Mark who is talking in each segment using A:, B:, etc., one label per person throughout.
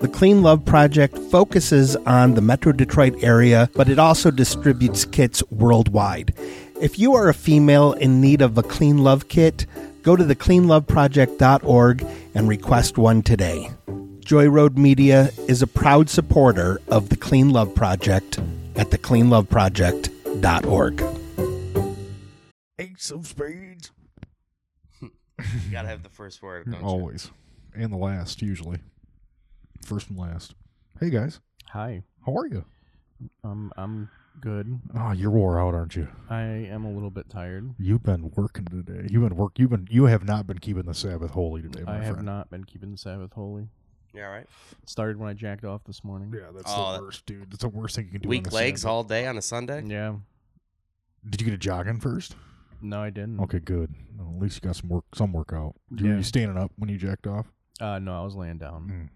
A: The Clean Love Project focuses on the Metro Detroit area, but it also distributes kits worldwide. If you are a female in need of a Clean Love kit, go to thecleanloveproject.org and request one today. Joy Road Media is a proud supporter of the Clean Love Project at thecleanloveproject.org.
B: Ace of Spades.
C: You gotta have the first word. Don't you?
B: Always. And the last, usually. First and last. Hey, guys.
D: Hi.
B: How are you?
D: Um, I'm good.
B: Oh, you're wore out, aren't you?
D: I am a little bit tired.
B: You've been working today. You've been work. You've been. You have not been keeping the Sabbath holy today, my
D: I
B: friend.
D: have not been keeping the Sabbath holy.
C: You all right?
D: It started when I jacked off this morning.
B: Yeah, that's
C: Oh,
B: the
C: that-
B: worst, dude. That's the worst thing you can do. on
C: Weak
B: the
C: legs
B: Sabbath.
C: all day on a Sunday.
D: Yeah.
B: Did you get a jogging first?
D: No, I didn't.
B: Okay, good. Well, at least you got some work. Some workout. You,
D: Yeah.
B: you standing up when you jacked off?
D: Uh, no, I was laying down.
B: Mm.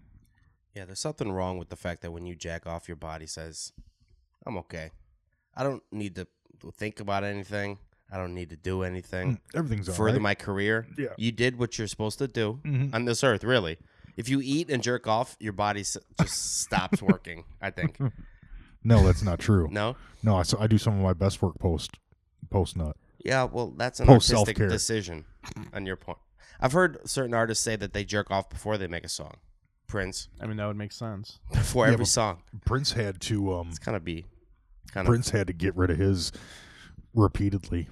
C: Yeah, there's something wrong with the fact that when you jack off, your body says, "I'm okay. I don't need to think about anything. I don't need to do anything.
B: Mm, Everything's all
C: Further
B: right.
C: my career.
B: Yeah.
C: You did what you're supposed to do
B: Mhm.
C: on this earth, really. If you eat and jerk off, your body s- just stops working. I think.
B: no, that's not true. no,
C: No.
B: I, so I do some of my best work post post nut.
C: Yeah, well, that's an
B: Post
C: artistic
B: self-care.
C: decision on your point. I've heard certain artists say that they jerk off before they make a song. Prince
B: Mm.
D: I mean, that would make sense.
C: before
B: Yeah,
C: every
B: but-
C: song.
B: Prince had to um
C: It's kind of be kind of
B: Prince had to get rid of his repeatedly.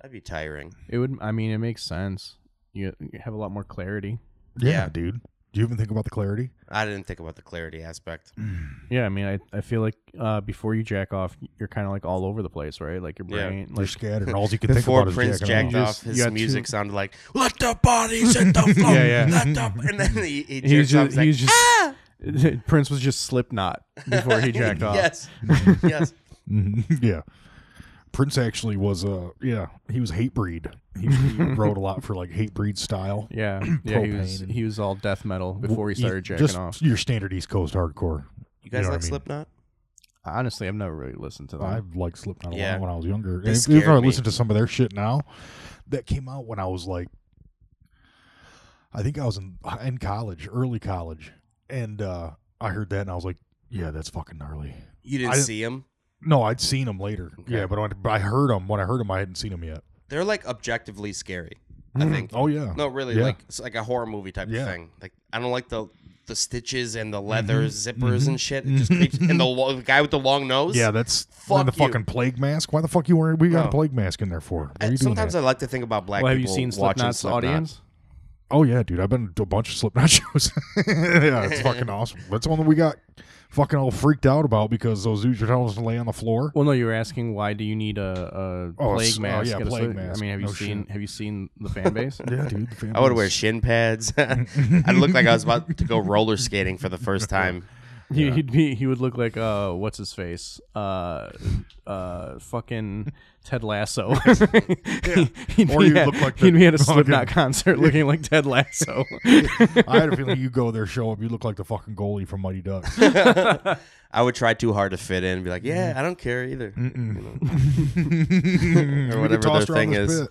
C: that'd be tiring.
D: It would. I mean, it makes sense. You, you have a lot more clarity.
B: Yeah,
C: Yeah.
B: dude. Do you even think about the clarity?
C: I didn't think about the clarity aspect.
B: Mm.
D: Yeah, I mean, I, I feel like uh, before you jack off, you're kind of like all over the place, right? Like your
C: Yeah.
D: brain,
B: You're
D: like
B: scattered. and All you can think
C: Before
B: about is
C: Prince
B: jacking
C: jacked
D: off.
C: off,
D: You
C: his
D: got two-
C: music sounded like "Let the bodies hit the floor."
D: Yeah, yeah.
C: Let the, and then he, he
D: he was
C: jerks off.
D: just,
C: He's like, "Ah!"
D: he was just Prince was just Slipknot before he jacked off.
C: yes, yes.
B: Mhm. yeah. Prince actually was uh yeah he was hate breed. He, he wrote a lot for like hate breed style.
D: Yeah, yeah, he was
B: Propane.
D: he was all death metal before he started jacking
B: just
D: off.
B: Your standard East Coast hardcore.
C: You guys
B: know what I
C: like
B: mean?
C: Slipknot?
D: Honestly, I've never really listened to them.
B: I liked Slipknot a
C: Yeah.
B: lot when I was younger. And
C: They
B: if, if I
C: scared me.
B: listen to some of their shit now, that came out when I was like, I think I was in in college, early college, and uh, I heard that and I was like, yeah, that's fucking gnarly.
C: You didn't
B: I-
C: see him?
B: No, I'd seen them later.
C: Okay.
B: Yeah, but, when, but I heard them when I heard them. I hadn't seen them yet.
C: They're like objectively scary. I think.
B: Oh yeah,
C: No, really,
B: Yeah.
C: like it's like a horror movie type
B: Yeah.
C: of thing. Like I don't like the the stitches and the leather
B: Mm-hmm.
C: zippers and shit. It just
B: Mhm.
C: creeps. And the, lo- the guy with the long nose.
B: yeah, that's
C: Fuck
B: and the
C: you.
B: fucking plague mask. Why the fuck you wearing? We got a
C: No.
B: plague mask in there for? Why are
C: I,
B: you doing
C: sometimes
B: that?
C: I like to think about black
D: well, have you
C: people
D: seen
C: watching
D: Slipknot's
C: Slipknot.
D: audience?
B: Oh yeah, dude, I've been to a bunch of Slipknot shows. yeah, it's fucking awesome. That's one that we got fucking all freaked out about because those dudes were telling us to lay on the floor.
D: Well, no, you were asking why do you need a, a
B: Oh, s-
D: plague
B: oh,
D: mask?
B: yeah,
D: at a
B: plague
D: Slip-
B: mask.
D: I mean, have you
B: No
D: seen
B: shit.
D: have you seen the fan base?
B: Yeah, dude. the
C: I would
B: families-
C: wear shin pads. I looked like I was about to go roller skating for the first time.
D: He, He'd be he would look like uh what's his face uh uh fucking Ted Lasso. he'd
B: Or
D: be
B: you'd
D: at-
B: look like the-
D: he'd be at a
B: fucking-
D: Slipknot concert looking like Ted Lasso.
B: I had a feeling you go there, show up, you look like the fucking goalie from Mighty Ducks.
C: I would try too hard to fit in and be like, yeah, I don't care either.
B: or
C: whatever their thing is.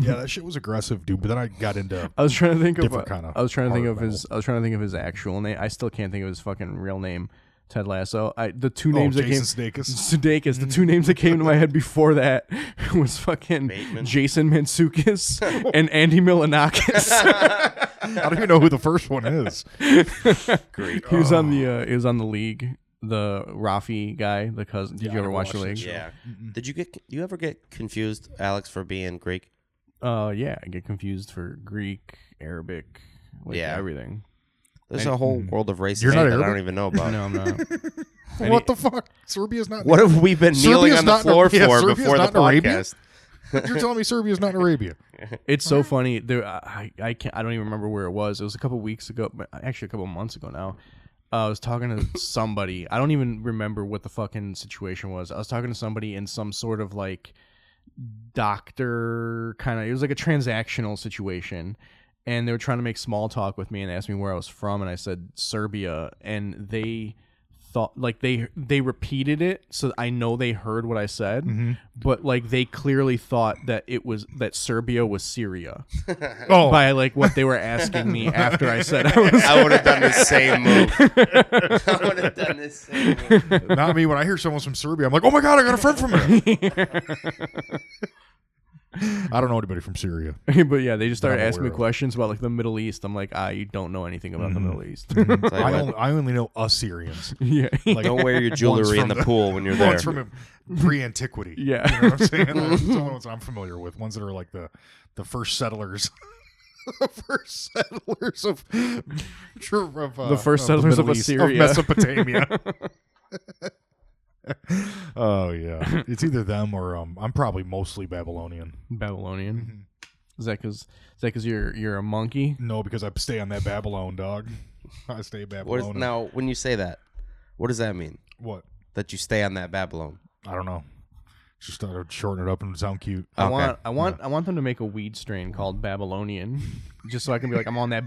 B: Yeah, that shit was aggressive, dude. But then I got into oh,
D: I was trying to think of
B: Different
D: uh,
B: kinda
D: I was trying to think
B: hard
D: of his I was trying to think of his actual name. I still can't think of his fucking real name. Ted Lasso. I the two names that came
B: Oh, Jason Sudeikis.
D: Sudeikis. The two names that came to my head before that was fucking
C: Bateman.
D: Jason Mantzoukas and Andy Milanakis.
B: I don't even know who the first one is.
C: Great.
D: he was on the uh, he was on the league. The Rafi guy, the cousin. Did
B: Yeah,
D: you
B: I
D: ever watch
B: watched
D: the
B: that
D: league?
B: shit.
C: Yeah. Did you get you ever get confused, Alex, for being Greek?
D: Uh, yeah. I get confused for Greek, Arabic, like
C: Yeah.
D: everything.
C: There's a whole world of races
B: Mm. You're not
C: that I
B: Arabic?
C: don't even know about.
D: No, I'm not. Any-
B: What the fuck? Serbia's not.
C: What have we been kneeling
B: Serbia's
C: on the
B: not in-
C: floor
B: yeah,
C: for
B: Serbia's
C: before the
B: not in Arabia?
C: podcast?
B: You're telling me Serbia's not in Arabia?
D: It's so funny. There, I, I can't. I don't even remember where it was. It was a couple weeks ago, but actually a couple months ago now. uh, I was talking to somebody. I don't even remember what the fucking situation was. I was talking to somebody in some sort of like doctor kind of. It was like a transactional situation, and they were trying to make small talk with me and they asked me where I was from, and I said Serbia, and they thought like they they repeated it, so I know they heard what I said,
B: Mm-hmm.
D: but like they clearly thought that it was that Serbia was Syria
B: Oh,
D: by like what they were asking me after I said I was.
C: I would have done the same move. I would have done the same move.
B: not me. When I hear someone's from Serbia, I'm like, oh my god, I got a friend from there. I don't know anybody from Syria.
D: but yeah, they just
B: That I'm
D: started asking me
B: aware of.
D: questions about like the Middle East. I'm like, ah, you don't know anything about
B: Mm-hmm.
D: the Middle East.
B: I only, I only know Assyrians.
D: yeah,
B: Like
C: Don't wear your jewelry in
B: from
C: the
B: the-
C: pool when you're there.
B: ones from pre antiquity.
D: Yeah.
B: you know what I'm saying. That's the ones I'm familiar with. Ones that are like the the first settlers. the first settlers of, of uh,
D: The first
B: of
D: settlers of
B: Middle East,
D: Assyria.
B: Mesopotamia. oh yeah, it's either them or um, I'm probably mostly Babylonian.
D: Babylonian.
B: mm-hmm.
D: Is that because is that because you're you're a monkey?
B: No, because I stay on that Babylon dog. I stay
C: What
B: Babylon.
C: is, now, when you say that, what does that mean?
B: what?
C: That you stay on that Babylon?
B: I don't know. Just thought I'd shorten it up and sound cute.
D: I
C: Okay.
D: want I want I want them to make a weed strain called Babylonian, just so I can be like I'm on that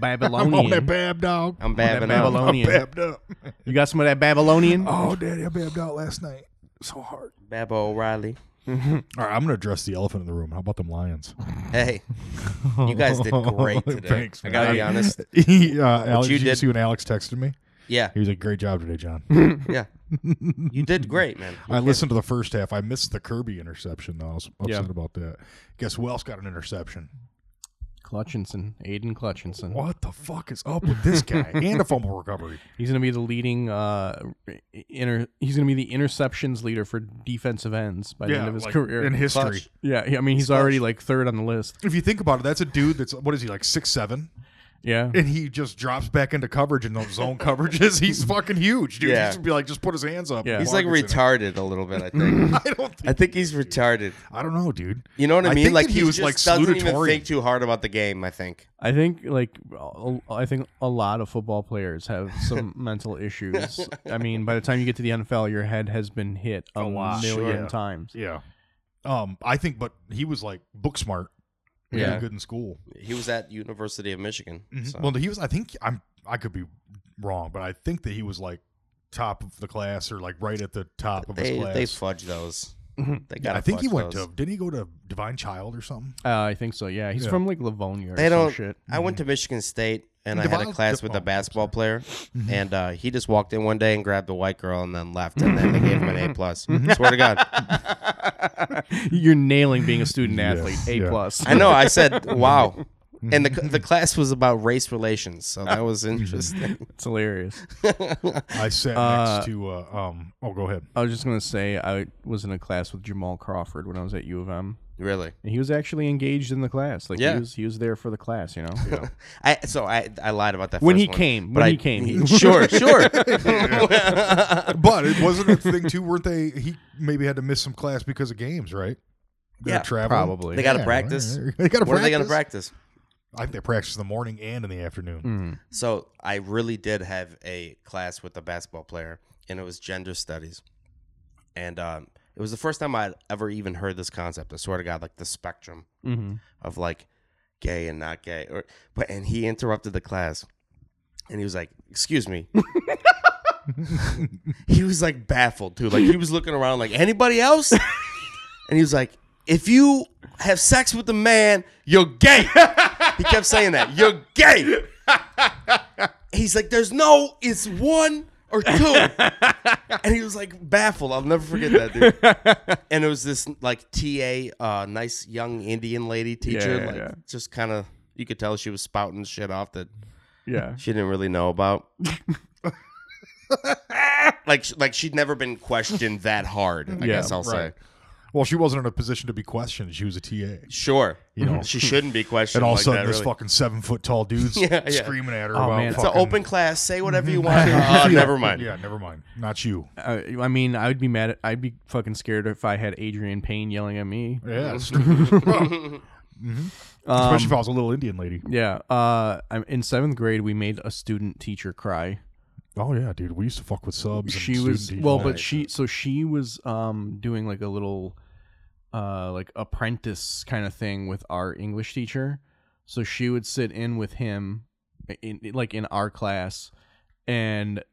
D: Babylonian.
B: I'm on that Bab dog.
C: I'm
D: that
C: babbing
D: Babylon.
C: out.
D: Babylonian.
B: I'm babbed up.
D: you got some of that Babylonian?
B: Oh, daddy, I babbed out last night. So hard.
C: Bab O'Reilly.
B: All right, I'm going to address the elephant in the room. How about them lions?
C: Hey, you guys did great today.
B: Thanks,
C: I gotta
B: man.
C: be honest.
B: He, uh, Alex, you did you
C: you did-
B: see when Alex texted me?
C: Yeah,
B: He was like, great job today, John.
C: yeah. You did great, man.
B: I listened to the first half. I missed the Kirby interception, though. I was upset
D: Yeah.
B: about that. Guess who else got an interception?
D: Clutchinson, Aiden Clutchinson.
B: What the fuck is up with this guy? and a fumble recovery.
D: He's gonna be the leading uh inter. He's gonna be the interceptions leader for defensive ends by the end of his
B: like,
D: career.
B: In history.
C: Clutch.
D: yeah, yeah, I mean he's already like third on the list.
B: If you think about it, that's a dude that's, what is he, like six seven?
D: Yeah,
B: and he just drops back into coverage in those zone coverages. He's fucking huge, dude.
C: Yeah.
B: He should be like, just put his hands up.
D: Yeah.
B: and
C: He's
B: walk
C: like
B: us in.
C: retarded a little bit. I think.
B: I don't think.
C: I think he's retarded.
B: I don't know, dude.
C: You know what I mean?
B: think that
C: like
B: he was
C: just
B: like
C: doesn't even
B: salutatory.
C: think too hard about the game. I think.
D: I think like a- I think a lot of football players have some mental issues. I mean, by the time you get to the NFL, your head has been hit a,
B: lot.
D: million
B: Sure.
D: times.
B: Yeah. Um, I think, but he was like book smart. Really
C: Yeah.
B: good in school. Mm-hmm.
C: He was at University of Michigan. so-
B: Well, he was. I think I'm. I could be wrong, but I think that he was like top of the class or like right at the top of
C: they
B: his class. Mm-hmm.
C: they fudge those. They got.
B: I think he went to. Didn't he go to Divine Child or something?
D: Uh, I think so. Yeah, he's
B: Yeah.
D: from like Livonia or
C: They
D: some
C: don't.
D: shit. Mm-hmm.
C: I went to Michigan State and I had a
B: Devon-
C: class with a basketball player,
D: Mm-hmm.
C: and uh, he just walked in one day and grabbed a white girl and then left, and then they gave him an
D: Mm-hmm.
C: A plus. Swear to God,
D: You're nailing being a student athlete. A
B: yeah.
D: plus.
C: I know. I said, "Wow."
D: Mm-hmm.
C: And the, the class was about race relations, so that was interesting.
D: It's hilarious.
B: I sat next to. Uh, um. Oh, go ahead.
D: I was just gonna say I was in a class with Jamal Crawford when I was at U of M.
C: really,
D: And he was actually engaged in the class. Like
C: Yeah.
D: he was he was there for the class. You know.
C: I so I I lied about that.
D: When
C: first
D: he
C: one,
D: came,
C: but
D: when
C: I-
D: he came, he-
C: sure, sure.
B: But it wasn't a thing too. Weren't they? He maybe had to miss some class because of games, right? They're
C: Yeah,
B: traveling.
D: Probably.
C: They got to
B: Yeah,
C: practice.
B: right. They got to
C: What are
B: practice.
C: they going to practice?
B: I think they practice in the morning and in the afternoon.
D: Mm-hmm.
C: So I really did have a class with a basketball player, and it was gender studies, and um, it was the first time I'd ever even heard this concept. I swear to God, like the spectrum
D: Mhm.
C: of like gay and not gay, or but and he interrupted the class, and he was like, "Excuse me." he was like baffled too. Like he was looking around, like anybody else, and he was like, "If you have sex with a man, you're gay." he kept saying that you're gay. He's like, there's no, it's one or two. and he was like baffled. I'll never forget that, dude. And it was this like TA, uh, nice young Indian lady teacher,
D: yeah,
C: like
D: yeah.
C: just kind of, you could tell she was spouting shit off that
D: Yeah.
C: she didn't really know about. like, like she'd never been questioned that hard. I
D: Yeah,
C: guess I'll say.
B: right. Well, she wasn't in a position to be questioned. She was a TA.
C: Sure, you
B: know.
C: she shouldn't be questioned.
B: And all of a
C: like
B: sudden,
C: that,
B: this
C: really.
B: fucking seven foot tall dude's
C: Yeah, yeah.
B: screaming at her
D: Oh,
B: about
D: man. It's
C: It's an
B: fucking.
C: open class. Say whatever you want. Uh, never mind. Uh,
B: Yeah, never mind. Not you.
D: I, I mean, I would be mad. At, I'd be fucking scared if I had Adrian Payne yelling at me.
B: Yeah. it's- Mhm. Especially
D: Um,
B: if I was a little Indian lady.
D: Yeah. Uh, I'm, in seventh grade, we made a student teacher cry.
B: Oh yeah, dude. We used to fuck with subs. and
D: she
B: student
D: was
B: teachers.
D: well,
B: Yeah.
D: but she so she was um doing like a little uh like apprentice kind of thing with our English teacher. So she would sit in with him in like in our class and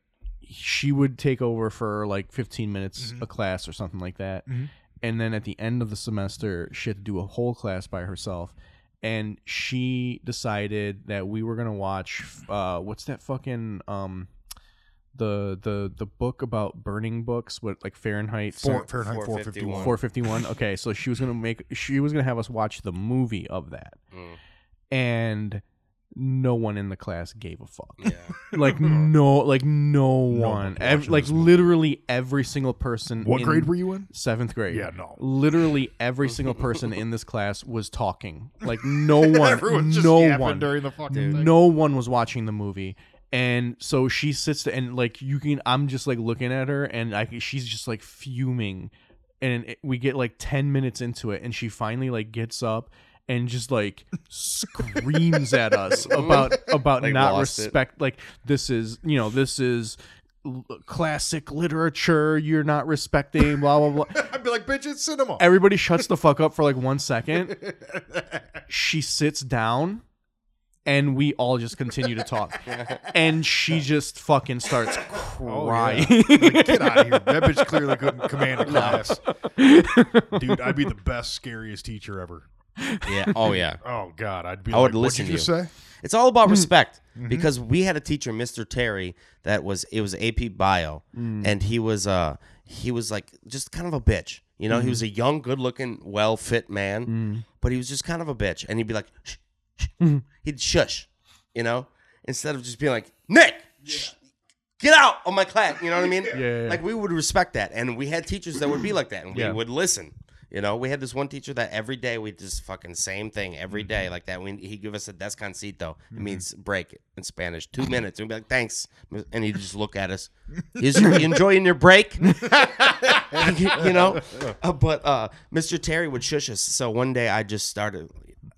D: she would take over for like 15 minutes
B: Mhm.
D: a class or something like that.
B: Mhm.
D: And then at the end of the semester, she had to do a whole class by herself. And she decided that we were gonna watch uh, what's that fucking um, the the the book about burning books, what like Fahrenheit
B: Four- Fahrenheit 451.
D: 451. Okay, so she was gonna make she was gonna have us watch the movie of that,
C: Mm.
D: and no one in the class gave a fuck.
C: Yeah.
D: Like no, like no
B: No
D: one.
B: one
D: Ev-
B: watching
D: like
B: this movie.
D: literally every single person.
B: What
D: in
B: grade were you in?
D: Seventh grade.
B: Yeah, no.
D: Literally every single person in this class was talking. Like no one,
B: Everyone's just
D: no
B: yapping
D: one,
B: during the fucking thing.
D: no one was watching the movie. And so she sits there and like you can, I'm just like looking at her and I, can- she's just like fuming. And it, we get like ten minutes into it, and she finally like gets up and just like screams at us about about
C: Like,
D: not
C: lost it.
D: respect. Like this is you know this is l- classic literature. You're not respecting blah blah blah
B: I'd be like, bitch, it's cinema.
D: everybody shuts the fuck up for like one second. She sits down and we all just continue to talk. And she just fucking starts
B: Oh,
D: crying.
B: Like, get out of here. That bitch clearly couldn't command a class. Dude, I'd be the best, scariest teacher ever.
C: yeah. Oh yeah.
B: Oh God, I'd be.
C: I would
B: like,
C: listen
B: What'd you
C: to
B: just
C: you.
B: say?
C: It's all about respect because we had a teacher, Mr. Terry, that was it was AP Bio, and he was uh he was like just kind of a bitch. You know, he was a young, good-looking, well-fit man, but he was just kind of a bitch, and he'd be like, shh, shh. he'd shush, you know, instead of just being like Nick. shh, Get out of my class. You know what I mean?
D: yeah, yeah.
C: Like we would respect that, and we had teachers that would be like that, and we
D: Yeah.
C: would listen. You know, we had this one teacher that every day we just fucking same thing every
D: Mm-hmm.
C: day like that. We he give us a descansito, it means break it in Spanish, two minutes. We'd be like, thanks, and he'd just look at us. Is you enjoying your break? you know, Uh, but uh, Mr. Terry would shush us. So one day I just started.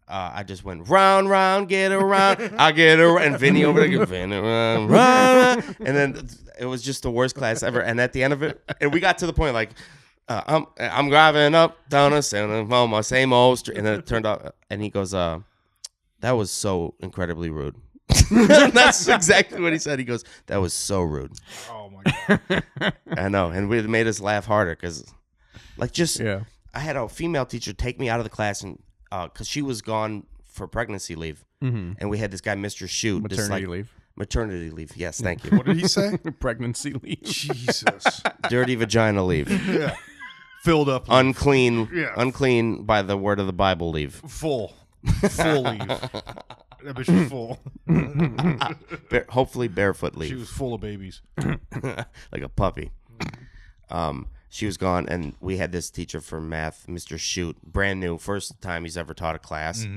C: Uh, I just went round, round, get around. I get around, and Vinny over there, Vinny, round, round, round. and then it was just the worst class ever. And at the end of it, and we got to the point like, uh, I'm I'm driving up down a center, on my same old street, and then it turned out, and he goes, uh, that was so incredibly rude. That's exactly what he said. He goes, that was so rude.
B: Oh my God.
C: I know, and we- it made us laugh harder because, like, just
D: Yeah.
C: I had a female teacher take me out of the class and because she was gone for pregnancy leave,
D: Mm-hmm.
C: and we had this guy, Mr. Shoot, this,
D: Maternity
C: like-
D: leave,
C: maternity leave. Yes, thank you,
B: What did he say?
D: pregnancy leave.
B: Jesus.
C: dirty vagina leave,
B: Yeah. Filled up.
C: unclean,
B: Yeah.
C: unclean by the word of the Bible leave.
B: full. Full leave. That bitch was full.
C: Bare, hopefully barefoot
B: She
C: leave,
B: was full of babies.
C: like a puppy. Um, she was gone, and we had this teacher for math, Mr. Shoot, brand new, first time he's ever taught a class,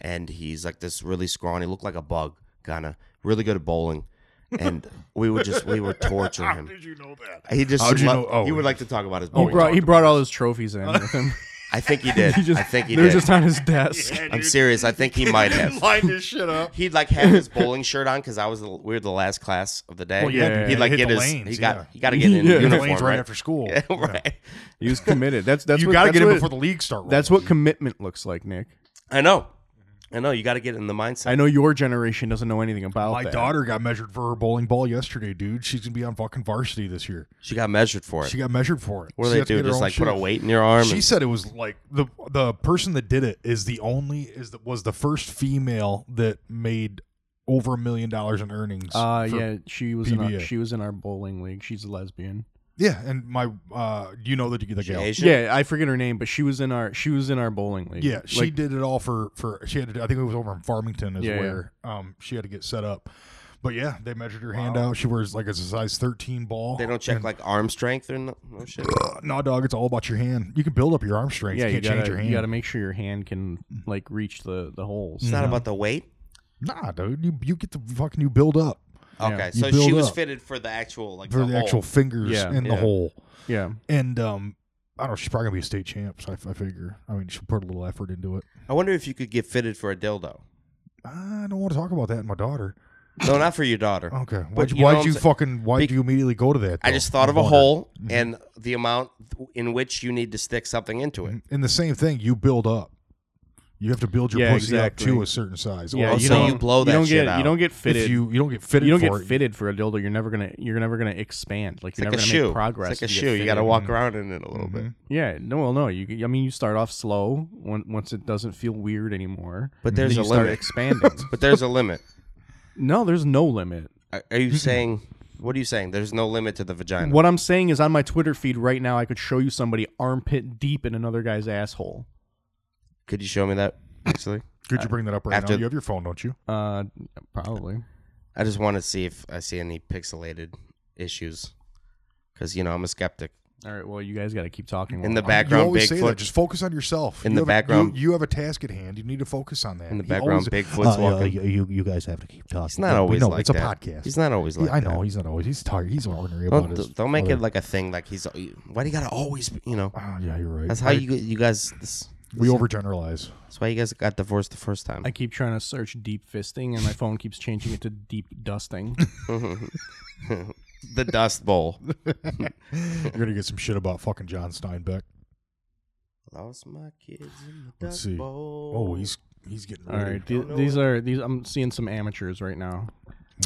C: and he's like this really scrawny, looked like a bug, kind of really good at bowling, and we would just we would torture him.
B: Did you know that?
C: He just
B: How'd you
C: lo-
B: know- oh,
C: he would
B: he-
C: like to talk about his
D: He
C: bowling.
D: brought, he brought all his trophies in with him.
C: I think he did.
D: He just,
C: I think he
D: they were
C: did.
D: just on his desk.
C: I'm serious. I think he might have.
B: Lined his shit up.
C: He'd like have his bowling shirt on because I was the, we were the last class of the day.
B: Well, yeah,
D: yeah,
C: he'd like
B: hit
C: get
B: the
C: his
B: lanes,
C: he got
B: yeah.
C: he got to get in
D: Yeah. Hit the
B: Lanes
C: uniform
B: right,
C: right,
B: after school.
C: Yeah, right.
D: He was committed. That's that's
B: You
D: what,
B: got to
D: that's
B: get in
D: what-
B: before the league start.
D: That's
B: rolling.
D: what commitment looks like, Nick.
C: I know, I know. You got to get in the mindset.
D: I know your generation doesn't know anything about
B: My
D: that.
B: daughter got measured for her bowling ball yesterday, dude. She's gonna be on fucking varsity this year.
C: she got measured for it.
B: She got measured for it.
C: what do
B: She
C: they
B: had to
C: do?
B: get her
C: Just
B: own
C: like put a
B: shoes.
C: weight in your arm.
B: She
C: and-
B: said it was like the the person that did it is the only is the, was the first female that made over a million dollars in earnings.
D: Uh,
B: for-
D: yeah, she was in our,
B: PBA.
D: she was in our bowling league. She's a lesbian.
B: yeah. And my, uh, you know the the
C: She
B: gal.
C: Asian?
D: Yeah, I forget her name, but she was in our she was in our bowling league.
B: Yeah, she
D: Like,
B: did it all for for she had to, I think it was over in Farmington is
D: Yeah, yeah.
B: where um she had to get set up. But yeah, they measured her hand out. She wears like it's a size 13 ball.
C: they don't check like arm strength or no, no shit.
B: No, dog, it's all about your hand. You can build up your arm strength.
D: yeah,
B: you
D: you
B: can't change your
D: gotta
B: hand.
D: you gotta make sure your hand can like reach the the holes.
C: It's not about the weight.
B: Nah, dude, you you get the fucking you build up
C: Okay,
B: You
C: so
B: build
C: she was
B: up.
C: fitted for the actual like
B: for the,
C: the, hole.
B: actual fingers
D: Yeah.
B: in the
C: Yeah.
B: hole.
D: Yeah,
B: And um, I don't know. She's probably gonna be a state champ. So I, I figure. I mean, she'll put a little effort into it.
C: I wonder if you could get fitted for a dildo.
B: I don't want to talk about that. and My daughter.
C: No, not for your daughter.
B: Okay. Why'd
C: But
B: you,
C: you know
B: why'd
C: what I'm
B: you Mm-hmm.
C: saying?
B: fucking why'd
C: Bec-
B: you immediately go to that?
C: I
B: though?
C: just thought of a
B: Wonder.
C: hole and the amount in which you need to stick something into it.
B: And the same thing, you build up. You have to build your
D: Yeah,
B: pussy up to
D: exactly.
B: a certain size.
D: Yeah,
B: Or
C: you
B: else
C: so
D: don't-
C: you blow that
D: don't
C: shit
D: get,
C: out.
D: You don't get fitted.
B: if you you don't get fitted
D: you don't
B: for
D: get
B: it,
D: fitted for a dildo. You're never gonna you're never gonna expand. Like
C: It's
D: you're
C: like a
D: never gonna
C: shoe.
D: make progress.
C: It's like a
D: if
C: shoe.
D: get
C: You got to
D: fitted.
B: Mm-hmm.
C: walk around in it a little bit.
B: Mhm.
D: Yeah. No. Well, no. You. I mean, you start off slow. When, once it doesn't feel weird anymore.
C: But
D: then
C: there's
D: you
C: a
D: start
C: limit.
D: expanding.
C: But there's a limit.
D: no, there's no limit.
C: Are are you saying? What are you saying? There's no limit to the vagina.
D: What I'm saying is, on my Twitter feed right now, I could show you somebody armpit deep in another guy's asshole.
C: Could you show me that? Actually,
B: Could you bring that up right
C: after-
B: now? You have your phone, don't you?
D: Uh, probably.
C: I just want to see if I see any pixelated issues, because you know I'm a skeptic.
D: All right. Well, you guys got to keep talking.
C: In
D: while
C: the
D: I'm-
B: You
C: background,
B: always say that.
C: Bigfoot.
B: Just focus on yourself.
C: In
B: You
C: the
B: have a-
C: background-
B: you, you have a task at hand. You need to focus on that.
C: in the
B: He always-
C: background,
B: Oh,
C: Bigfoot's
E: Uh, yeah,
C: walking.
E: you, you you guys have to keep talking.
C: He's
E: We-
C: not
E: we
C: always
E: know
C: like
E: it's
B: a
C: that.
B: podcast.
C: He's not always like
B: I know
C: that.
B: he's not always. He's tired. He's ornery about his.
C: Don't, don't make
B: other-
C: it like a thing. Like he's. Why do you got to always? be- You know.
B: Ah, yeah, you're right.
C: That's how
B: I-
C: you you guys. This,
B: we overgeneralize.
C: that's why you guys got divorced the first time.
D: I keep trying to search deep fisting, and my phone keeps changing it to deep dusting.
C: the Dust Bowl.
B: You're gonna get some shit about fucking John Steinbeck.
C: Lost my kids in the
B: Let's
C: Dust
B: see.
C: Bowl.
B: Oh, he's he's getting
D: All right.
B: ready.
D: th- these are these. I'm seeing some amateurs right now.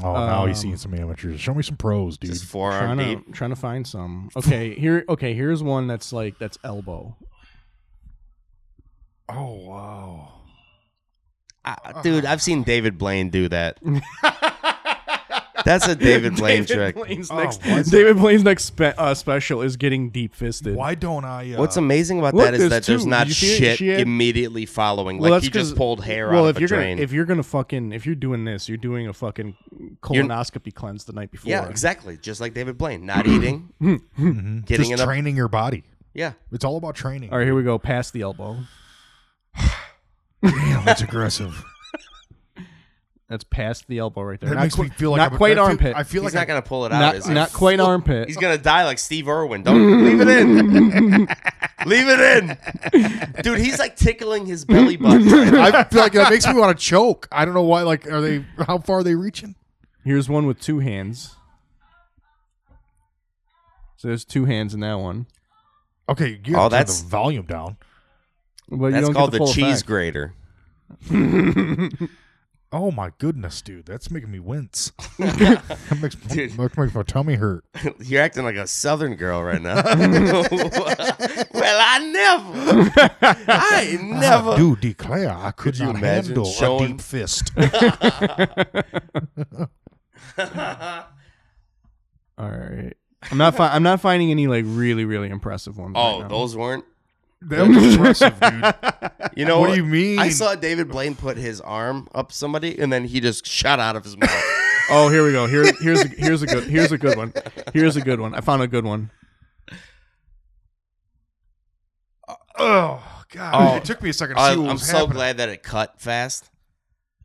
B: Oh, now he's
D: Um,
B: seeing some amateurs. Show me some pros, dude.
C: just forearm
D: Trying
C: deep.
D: to, trying to find some. Okay. Here. Okay. Here's one that's like that's elbow.
B: Oh wow.
D: Uh-huh.
C: I- dude, I've seen David Blaine do that. That's a David Blaine trick.
D: Blaine's
B: Oh,
D: next,
B: what's
D: David Blaine's next spe- uh, special is getting deep fisted.
B: Why don't I? Uh,
C: What's amazing about
D: Look,
C: that is
D: there's
C: that there's
D: two.
C: not
D: Did you see it?
C: shit
D: She had-
C: immediately following.
D: Well,
C: like
D: that's
C: he
D: 'cause-
C: just pulled hair
D: well,
C: out of
D: if
C: a
D: you're
C: drain.
D: Gonna, if you're gonna fucking if you're doing this, you're doing a fucking colonoscopy cleanse the night before.
C: yeah, exactly. Just like David Blaine, not eating, getting
B: just
C: enough.
B: training your body?
C: yeah,
B: It's all about training.
D: All right, here we go. Past the elbow.
B: Damn, that's aggressive.
D: That's past the elbow right there.
B: That
D: not
B: makes
D: qui-
B: me feel like
D: not
B: I'm,
D: quite
B: I feel-
D: armpit.
B: I feel
C: he's
B: like
C: not gonna pull it out. is
D: not
C: he?
D: not quite armpit.
C: He's gonna die like Steve Irwin. Don't leave it in. leave it in, dude. He's like tickling his belly button.
B: I, I feel like that makes me want to choke. I don't know why. Like, are they? How far are they reaching?
D: Here's one with two hands. So there's two hands in that one.
B: Okay, you have
C: Oh,
B: to turn
C: that's-
B: the volume down.
D: Well, you
C: That's
D: don't
C: called the,
D: get the, full
C: cheese
D: effect.
C: grater.
B: Oh my goodness, dude, that's making me wince. that makes, that makes my tummy hurt.
C: You're acting like a Southern girl right now. well, I never. I never.
B: I do declare, I could,
C: you
B: not
C: imagine
B: handle a
C: showing-
B: deep fist.
D: All right. I'm not. Fi- I'm not finding any like really really impressive ones.
C: Oh,
D: right now.
C: those weren't.
B: that was impressive, dude.
C: You know
B: What do you mean?
C: I saw David Blaine put his arm up somebody, and then he just shot out of his mouth.
D: Oh, here we go. Here, here's a, here's a good here's a good one. Here's a good one. I found a good one.
B: Oh god,
C: Oh.
B: it took me a second to
C: I,
B: see what
C: am
B: was
C: so
B: happening.
C: glad that it cut fast.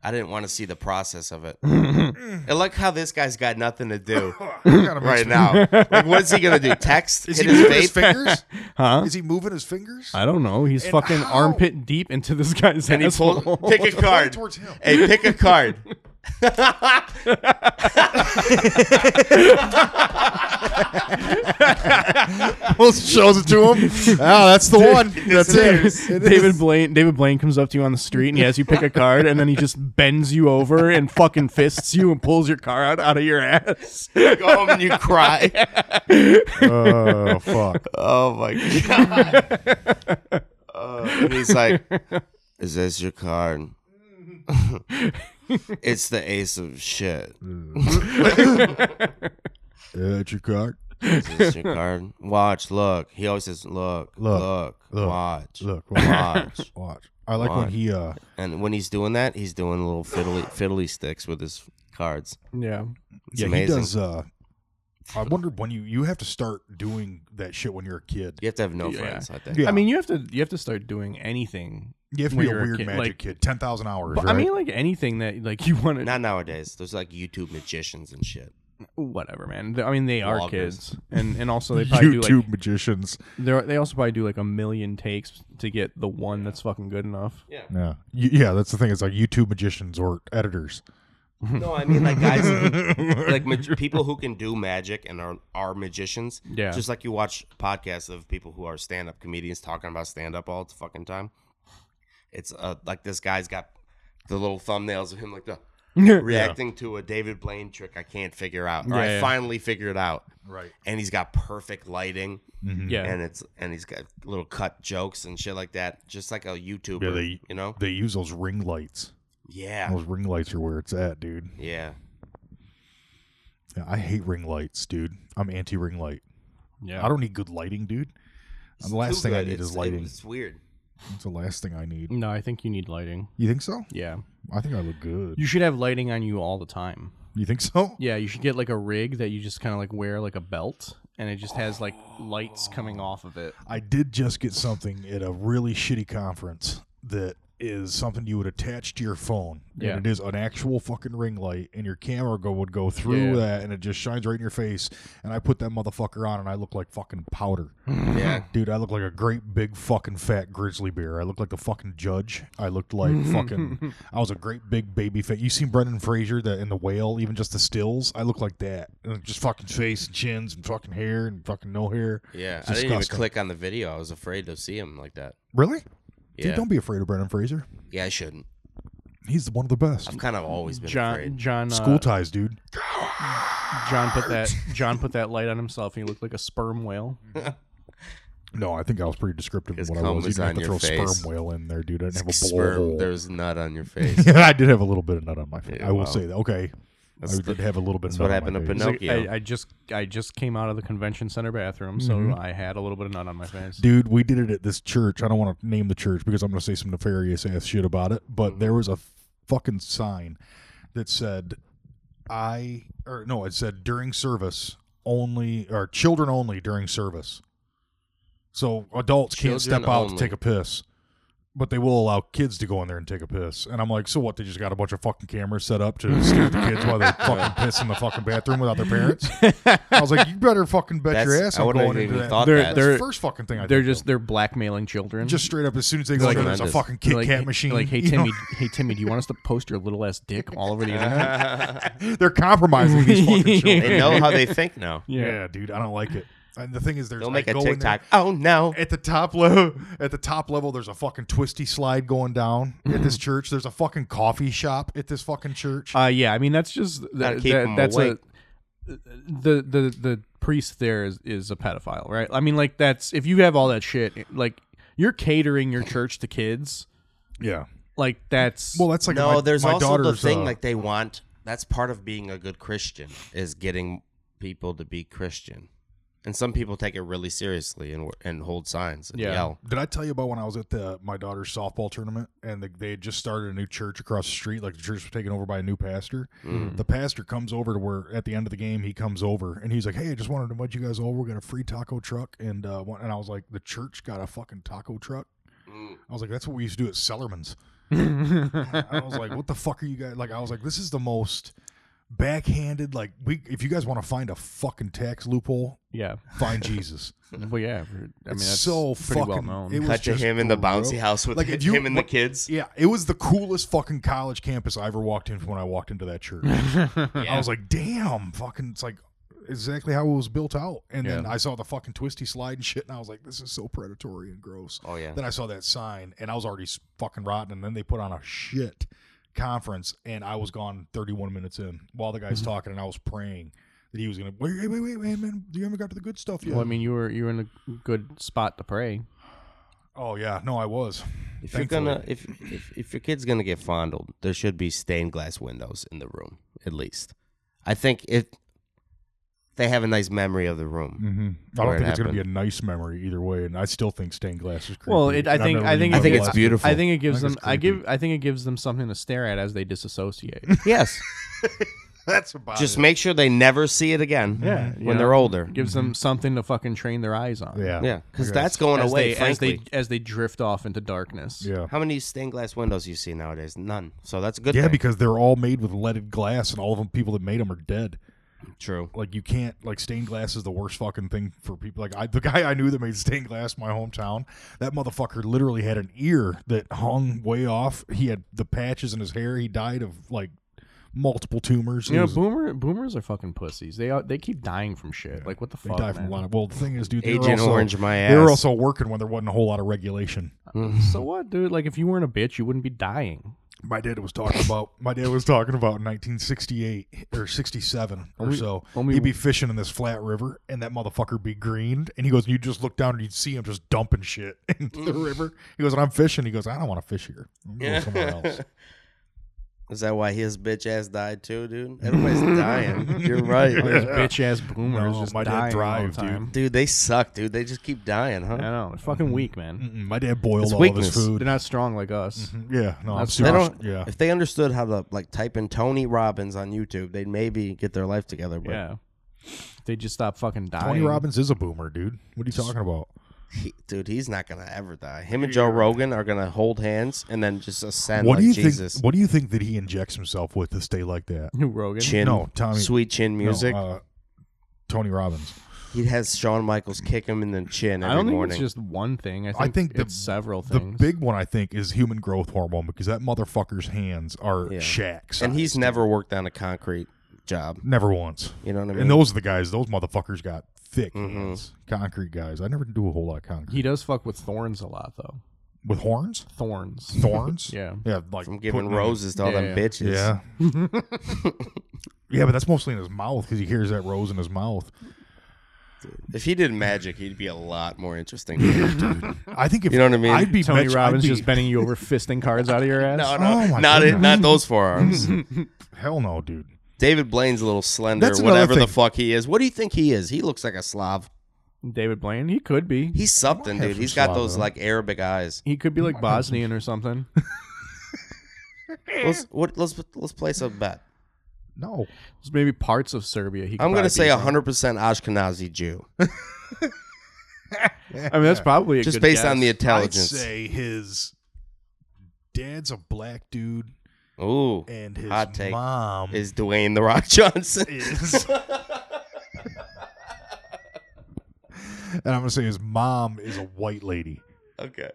C: I didn't want to see the process of it. I like how this guy's got nothing to do
B: Kinda Mm. makes
C: right
B: me-
C: now. Like, what is he gonna do? Text?
B: Is
C: hit
B: he moving his
C: his vape?
B: fingers?
D: Huh?
B: Is he moving his fingers?
D: I don't know. He's
B: And
D: fucking
B: how?
D: armpit deep into this guy's
C: And he
D: asshole.
C: pulled. Pick a
B: What's the point
C: card.
B: towards him?
C: Hey, pick a card.
B: Almost shows it to him. oh, that's the one. That's it.
D: David Blaine. David Blaine comes up to you on the street and he has you pick a card, and then he just bends you over and fucking fists you and pulls your car out out of your ass.
C: Go home and you cry.
B: Oh fuck.
C: Oh my god. Uh, and he's like, "Is this your card?" it's the ace of shit.
B: Mm. That's your card.
C: Is this your card? Watch, look. He always says, "Look,
B: Look,
C: look,
B: look,
C: watch,
B: Look,
C: watch."
B: watch. I like when
C: Watch.
B: he uh
C: and when he's doing that, he's doing little fiddly fiddly sticks with his cards.
D: Yeah.
C: It's
B: yeah,
C: amazing.
B: he does uh I wonder when you you have to start doing that shit when you're a kid.
C: You have to have no
D: Yeah.
C: friends. I think.
B: Yeah.
D: I mean, you have to you have to start doing anything.
B: You have to
D: when
B: be a
D: you're a
B: weird
D: kid,
B: magic
D: like-
B: kid. Ten thousand hours.
D: But
B: right?
D: I mean, like anything that like you want to.
C: Not nowadays. There's like YouTube magicians and shit.
D: whatever, man. I mean, they are
C: Vloggers.
D: kids, and and also they probably
B: YouTube
D: do like
B: magicians.
D: They they also probably do like a million takes to get the one that's fucking good enough.
B: Yeah, Y- yeah, that's the thing. It's like YouTube magicians or editors.
C: No, I mean like guys, who- like mag- people who can do magic and are are magicians.
D: Yeah.
C: Just like you watch podcasts of people who are stand up comedians talking about stand up all the fucking time. It's uh, like this guy's got the little thumbnails of him like the reacting to a David Blaine trick I can't figure out, or I
D: Yeah, yeah.
C: finally figured out,
B: Right.
C: and he's got perfect lighting,
B: Mm-hmm.
D: yeah.
C: and it's and he's got little cut jokes and shit like that, just like a YouTuber,
B: Yeah, they-
C: you know?
B: They use those ring lights.
C: Yeah,
B: Those ring lights are where it's at, dude.
C: yeah.
B: Yeah, I hate ring lights, dude. I'm anti ring light.
D: yeah.
B: I don't need good lighting, dude. the
C: Too
B: last thing I
C: good.
B: need
C: It's-
B: is lighting.
C: It's weird.
B: That's the last thing I need.
D: No, I think you need lighting.
B: You think so?
D: Yeah.
B: I think I look good.
D: You should have lighting on you all the time.
B: You think so?
D: Yeah, you should get like a rig that you just kind of like wear like a belt and it just has like lights coming off of it.
B: I did just get something at a really shitty conference that is something you would attach to your phone.
D: Yeah.
B: And it is an actual fucking ring light, and your camera go would go through
D: Yeah.
B: that, and it just shines right in your face. And I put that motherfucker on, and I look like fucking powder.
C: Yeah.
B: Dude, I look like a great big fucking fat grizzly bear. I looked like the fucking judge. I looked like fucking. I was a great big baby fat. You seen Brendan Fraser the, in the whale, even just the stills? I look like that. And just fucking face and chins and fucking hair and fucking no hair.
C: Yeah,
B: It's
C: I didn't even
B: disgusting.
C: click on the video. I was afraid to see him like that.
B: Really?
C: Yeah,
B: Dude, don't be afraid of Brendan Fraser.
C: yeah, I shouldn't.
B: He's one of the best.
C: I've kind of always been
D: John
C: afraid.
D: John uh,
B: School ties, dude.
D: John put that John put that light on himself and he looked like a sperm whale.
B: No, I think I was pretty descriptive of
C: His
B: what I
C: cum
B: was. You
C: was
B: didn't have
C: on
B: to
C: your
B: throw
C: face.
B: sperm whale in there, dude. I didn't have a
C: Sperm, there
B: blowhole.
C: was nut on your face.
B: Yeah, I did have a little bit of nut on my face.
C: Yeah,
B: I will
C: wow.
B: say that. Okay,
C: That's
B: I
C: the-
B: did have a little bit.
C: that's
B: of
C: what
B: nut on
C: happened
B: my
C: to
B: face.
C: Pinocchio.
D: I, I just I just came out of the convention center bathroom, so I had a little bit of nut on my face.
B: Dude, we did it at this church. I don't want to name the church because I'm going to say some nefarious ass shit about it,
C: Mm-hmm.
B: but there was a fucking sign that said, I, or no, it said during service only, or children only during service. So adults can't step
C: Children
B: out
C: only.
B: to take a piss, but they will allow kids to go in there and take a piss. And I'm like, so what? They just got a bunch of fucking cameras set up to steer the kids while they fucking piss in the fucking bathroom without their parents. I was like, you better fucking bet your
C: That's-
B: ass
C: I
B: I'm
C: wouldn't
B: going
C: have
B: into
C: even
B: that.
C: thought
D: They're-
C: that.
B: That's
D: they're-
B: the first fucking thing I
D: They're
B: think
D: just
B: of.
D: they're blackmailing children.
B: just straight up as soon as they go
D: like
B: in, there's a
C: tremendous.
B: fucking Kit
D: like,
B: Kat
D: hey-
B: machine.
D: Like, hey
B: you know?
D: Timmy, hey Timmy, do you want us to post your little ass dick all over the internet?
B: they're compromising these fucking children.
C: they know how they think now.
B: yeah. dude, I don't like it. And the thing is, there's
C: They'll
B: I
C: make a
B: go in there-
C: TikTok. Oh no!
B: at the top level. At the top level, there's a fucking twisty slide going down at this church. There's a fucking coffee shop at this fucking church.
D: Uh, yeah, I mean that's just
C: Gotta
D: that,
C: keep
D: that-
C: 'em
D: that's
C: awake.
D: a the the the priest there is is a pedophile, right? I mean, like that's if you have all that shit, like you're catering your church to kids,
B: yeah.
D: like that's
B: Well, that's like
C: no,
B: my,
C: there's
B: my
C: also the
B: daughter's,
C: thing
B: uh,
C: like they want. That's part of being a good Christian is getting people to be Christian, and some people take it really seriously and and hold signs and
D: Yeah.
C: yell.
B: Did I tell you about when I was at the my daughter's softball tournament and the, they had just started a new church across the street? Like the church was taken over by a new pastor. The pastor comes over to where at the end of the game he comes over and he's like, "Hey, I just wanted to invite you guys over. We got a free taco truck." And uh, one- and I was like, "The church got a fucking taco truck." I was like, "That's what we used to do at Sellerman's." I was like, "What the fuck are you guys like?" I was like, "This is the most." Backhanded, like we. If you guys want to find a fucking tax loophole,
D: yeah,
B: find Jesus.
D: well, yeah. I mean,
B: It's
D: that's
B: so
D: pretty
B: fucking.
D: well known.
B: It was
C: Cut to
B: just
C: him in the bouncy
B: bro-
C: house with
B: Like, if you-
C: him and the kids.
B: Yeah, it was the coolest fucking college campus I ever walked in when I walked into that church. I was like, damn, fucking, it's like exactly how it was built out. And then
D: Yeah.
B: I saw the fucking twisty slide and shit, and I was like, this is so predatory and gross.
C: Oh yeah.
B: Then I saw that sign, and I was already s- fucking rotten. And then they put on a shit conference, and I was gone 31 minutes in while the guy's
D: Mm-hmm.
B: talking, and I was praying that he was gonna wait, wait, wait, wait, man, man, you haven't got to the good stuff yet.
D: well, I mean, you were you were in a good spot to pray.
B: oh yeah, no, I was.
C: If you're
B: Thankfully.
C: gonna if, if if your kid's gonna get fondled, there should be stained glass windows in the room at least. I think if they have a nice memory of the room.
B: Mm-hmm. I don't
C: where it
B: think it's going to be a
C: happened.
B: nice memory either way, and I still think stained glass is creepy.
D: Well, it- I
B: and I've
D: think-
B: never
D: I think
B: used
D: I think
B: it.
D: it's
C: beautiful.
D: I think it gives
B: I think
D: them.
B: it's
D: I
B: creepy.
D: give. I think it gives them something to stare at as they disassociate.
C: Yes,
B: that's about
C: just make sure they never see it again.
D: Yeah,
C: when
D: you know.
C: they're older.
D: gives
B: Mm-hmm.
D: them something to fucking train their eyes on.
B: Yeah,
C: Yeah, because
B: Okay.
C: that's going
D: as
C: away.
D: they as they
C: frankly,
D: as they drift off into darkness.
B: yeah,
C: how many stained glass windows you see nowadays? None. So that's a good.
B: yeah,
C: thing.
B: because they're all made with leaded glass, and all of them people that made them are dead.
C: true.
B: Like you can't like stained glass is the worst fucking thing for people. Like I, the guy I knew that made stained glass in my hometown, that motherfucker literally had an ear that hung way off. He had the patches in his hair. He died of like multiple tumors. He
D: You know,
B: was-
D: boomer boomers are fucking pussies. They are, they keep dying from shit. Like what the
B: they
D: fuck?
B: die from a
D: man?
B: lot of. Well, the thing is, dude, they were
C: Agent
B: also,
C: Orange, my ass. Hmm.
B: They were also working when there wasn't a whole lot of regulation.
D: So what, dude? Like if you weren't a bitch, you wouldn't be dying.
B: My dad was talking about. My dad was talking about in 1968 or 67 or
D: Only-
B: so.
D: only-
B: he'd be fishing in this flat river, and that motherfucker be greened. And he goes, you just look down and you'd see him just dumping shit into the river. He goes, and I'm fishing. He goes, I don't want to fish here. I'm going
C: Yeah.
B: somewhere else.
C: Is that why his bitch ass died too, dude? Everybody's dying. You're right,
D: These bitch ass boomers
B: No,
D: just
B: my dad
D: dying all
B: thrived,
D: the time.
C: dude. They suck, dude. They just keep dying,
D: I
C: huh?
D: know. They're
B: Mm-hmm.
D: fucking weak, man.
B: Mm-mm, my dad boiled
C: It's
B: all of
C: weakness.
B: his
D: They're
B: food. Mm-hmm.
D: not strong like us.
B: Yeah, no, I'm
D: That's-
C: They
B: super.
C: don't.
B: Yeah,
C: If they understood how to like type in Tony Robbins on YouTube, they'd maybe get their life together. But
D: Yeah. They just stop fucking dying.
B: Mm-hmm. Tony Robbins is a boomer, dude. What are you talking about?
C: he- dude, he's not gonna ever die. Him and Joe Rogan are gonna hold hands and then just ascend
B: what
C: like
B: do you
C: Jesus.
B: think? What do you think that he injects himself with to stay like that?
D: New Rogan.
C: Chin,
B: No, Tommy-
C: sweet chin
B: No,
C: music.
B: uh, Tony Robbins.
C: he has Shawn Michaels kick him in the chin every
D: I don't think
C: morning.
D: it's just one thing. I think,
B: I think the-
D: it's several
B: The
D: things.
B: big one I think is human growth hormone because that motherfucker's hands are
C: Yeah.
B: shacks,
C: and he's never worked on a concrete job.
B: never once.
C: You know what I mean?
B: And those are the guys. Those motherfuckers got thick
C: Mhm.
B: hands, concrete guys. I never do a whole lot of concrete
D: he does fuck with thorns a lot though.
B: with horns,
D: Thorns.
B: thorns.
D: yeah.
B: yeah, like
C: from giving
B: putting-
C: roses to all
D: Yeah.
C: them bitches.
B: Yeah. yeah, but that's mostly in his mouth because he hears that rose in his mouth.
C: If he did magic, he'd be a lot more interesting. no,
B: I think if
C: You know what I mean?
B: I'd be
D: Tony
B: Mitch- I'd
D: Robbins
B: be-
D: just bending you over, fisting cards out of your ass.
C: no,
B: Oh, my
C: not it,
B: goodness.
C: not those forearms.
B: Hell no, dude.
C: David Blaine's a little slender,
B: That's another
C: whatever the
B: thing.
C: fuck he is. What do you think he is? He looks like a Slav.
D: David Blaine, he could be.
C: He's something,
B: have
C: dude.
B: some
C: He's got
B: Slav,
C: those
B: though.
C: like Arabic eyes.
D: He could be like Bosnian or something.
C: Let's what, let's let's place a bet.
B: No.
D: It's maybe parts of Serbia. He could
C: I'm gonna
D: probably
C: say
D: be from.
C: 100 percent Ashkenazi Jew,
D: I mean, that's probably a
C: just
D: good
C: based on the
D: guess.
B: I'd
C: intelligence.
B: say his dad's a black dude
C: Ooh,
B: and his
C: Hot take.
B: mom
C: is Dwayne the Rock Johnson?
B: is- and I'm gonna say his mom is a white lady,
C: okay,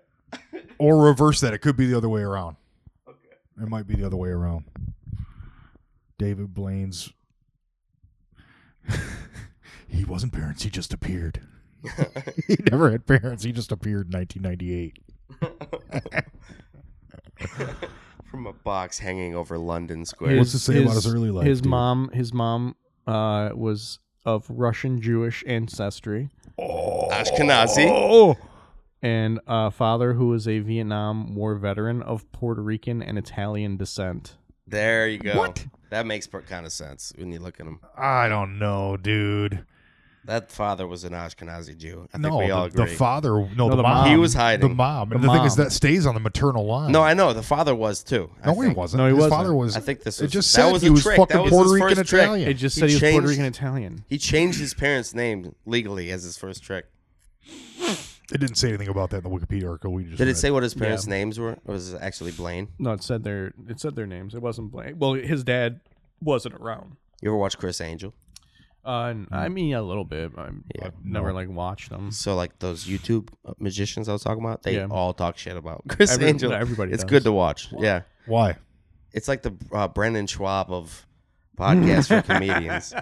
B: or reverse that. It could be the other way around. Okay, it might be the other way around. David Blaine's he wasn't parents; he just appeared. he never had parents; he just appeared in 1998.
C: from a box hanging over London Square.
B: What's it say about his early life,
D: His
B: dude?
D: mom, his mom, uh, was of Russian Jewish ancestry,
C: Ashkenazi.
B: Oh,
D: and a father who was a Vietnam War veteran of Puerto Rican and Italian descent.
C: There you go.
B: What?
C: That makes per- kind of sense when you look at him.
B: I don't know, dude.
C: That father was an Ashkenazi Jew. I think
B: no,
C: we all
B: the, the
C: agree.
B: father. No, the,
D: the
B: mom.
D: mom. He
C: was
B: The
C: hiding.
B: mom. And
D: The
B: the, thing is,
D: mom.
B: that stays on the maternal line.
C: no, I know the father was too. I
B: no, he
C: think.
B: wasn't.
D: No, he
B: his
D: wasn't.
B: father was.
C: I think this
B: It
C: was-
B: just
C: that
B: said
C: was
B: he
C: a
B: was
C: trick.
B: fucking
C: That was his
B: Puerto
C: first
B: Rican
C: trick.
B: Italian.
D: It just
C: He
D: said he was Puerto
C: changed-
D: Rican Italian.
C: He changed his parents' name legally as his first trick.
B: It didn't say anything about that in the Wikipedia article we just
C: Did
B: read.
C: it say what his parents' names were? Or was it actually Blaine?
D: No, it said their it said their names. It wasn't Blaine. Well, his dad wasn't around.
C: You ever watch Chris Angel?
D: Uh, n- I mean, a little bit. but I'm-
C: Yeah.
D: I've never like watched them.
C: So like those YouTube uh, magicians I was talking about, they
D: Yeah.
C: all talk shit about Chris
D: Every-
C: Angel.
D: everybody
C: it's
D: does.
C: good to watch. Yeah,
B: Why?
C: it's like the uh, Brendan Schwab of podcasts for comedians.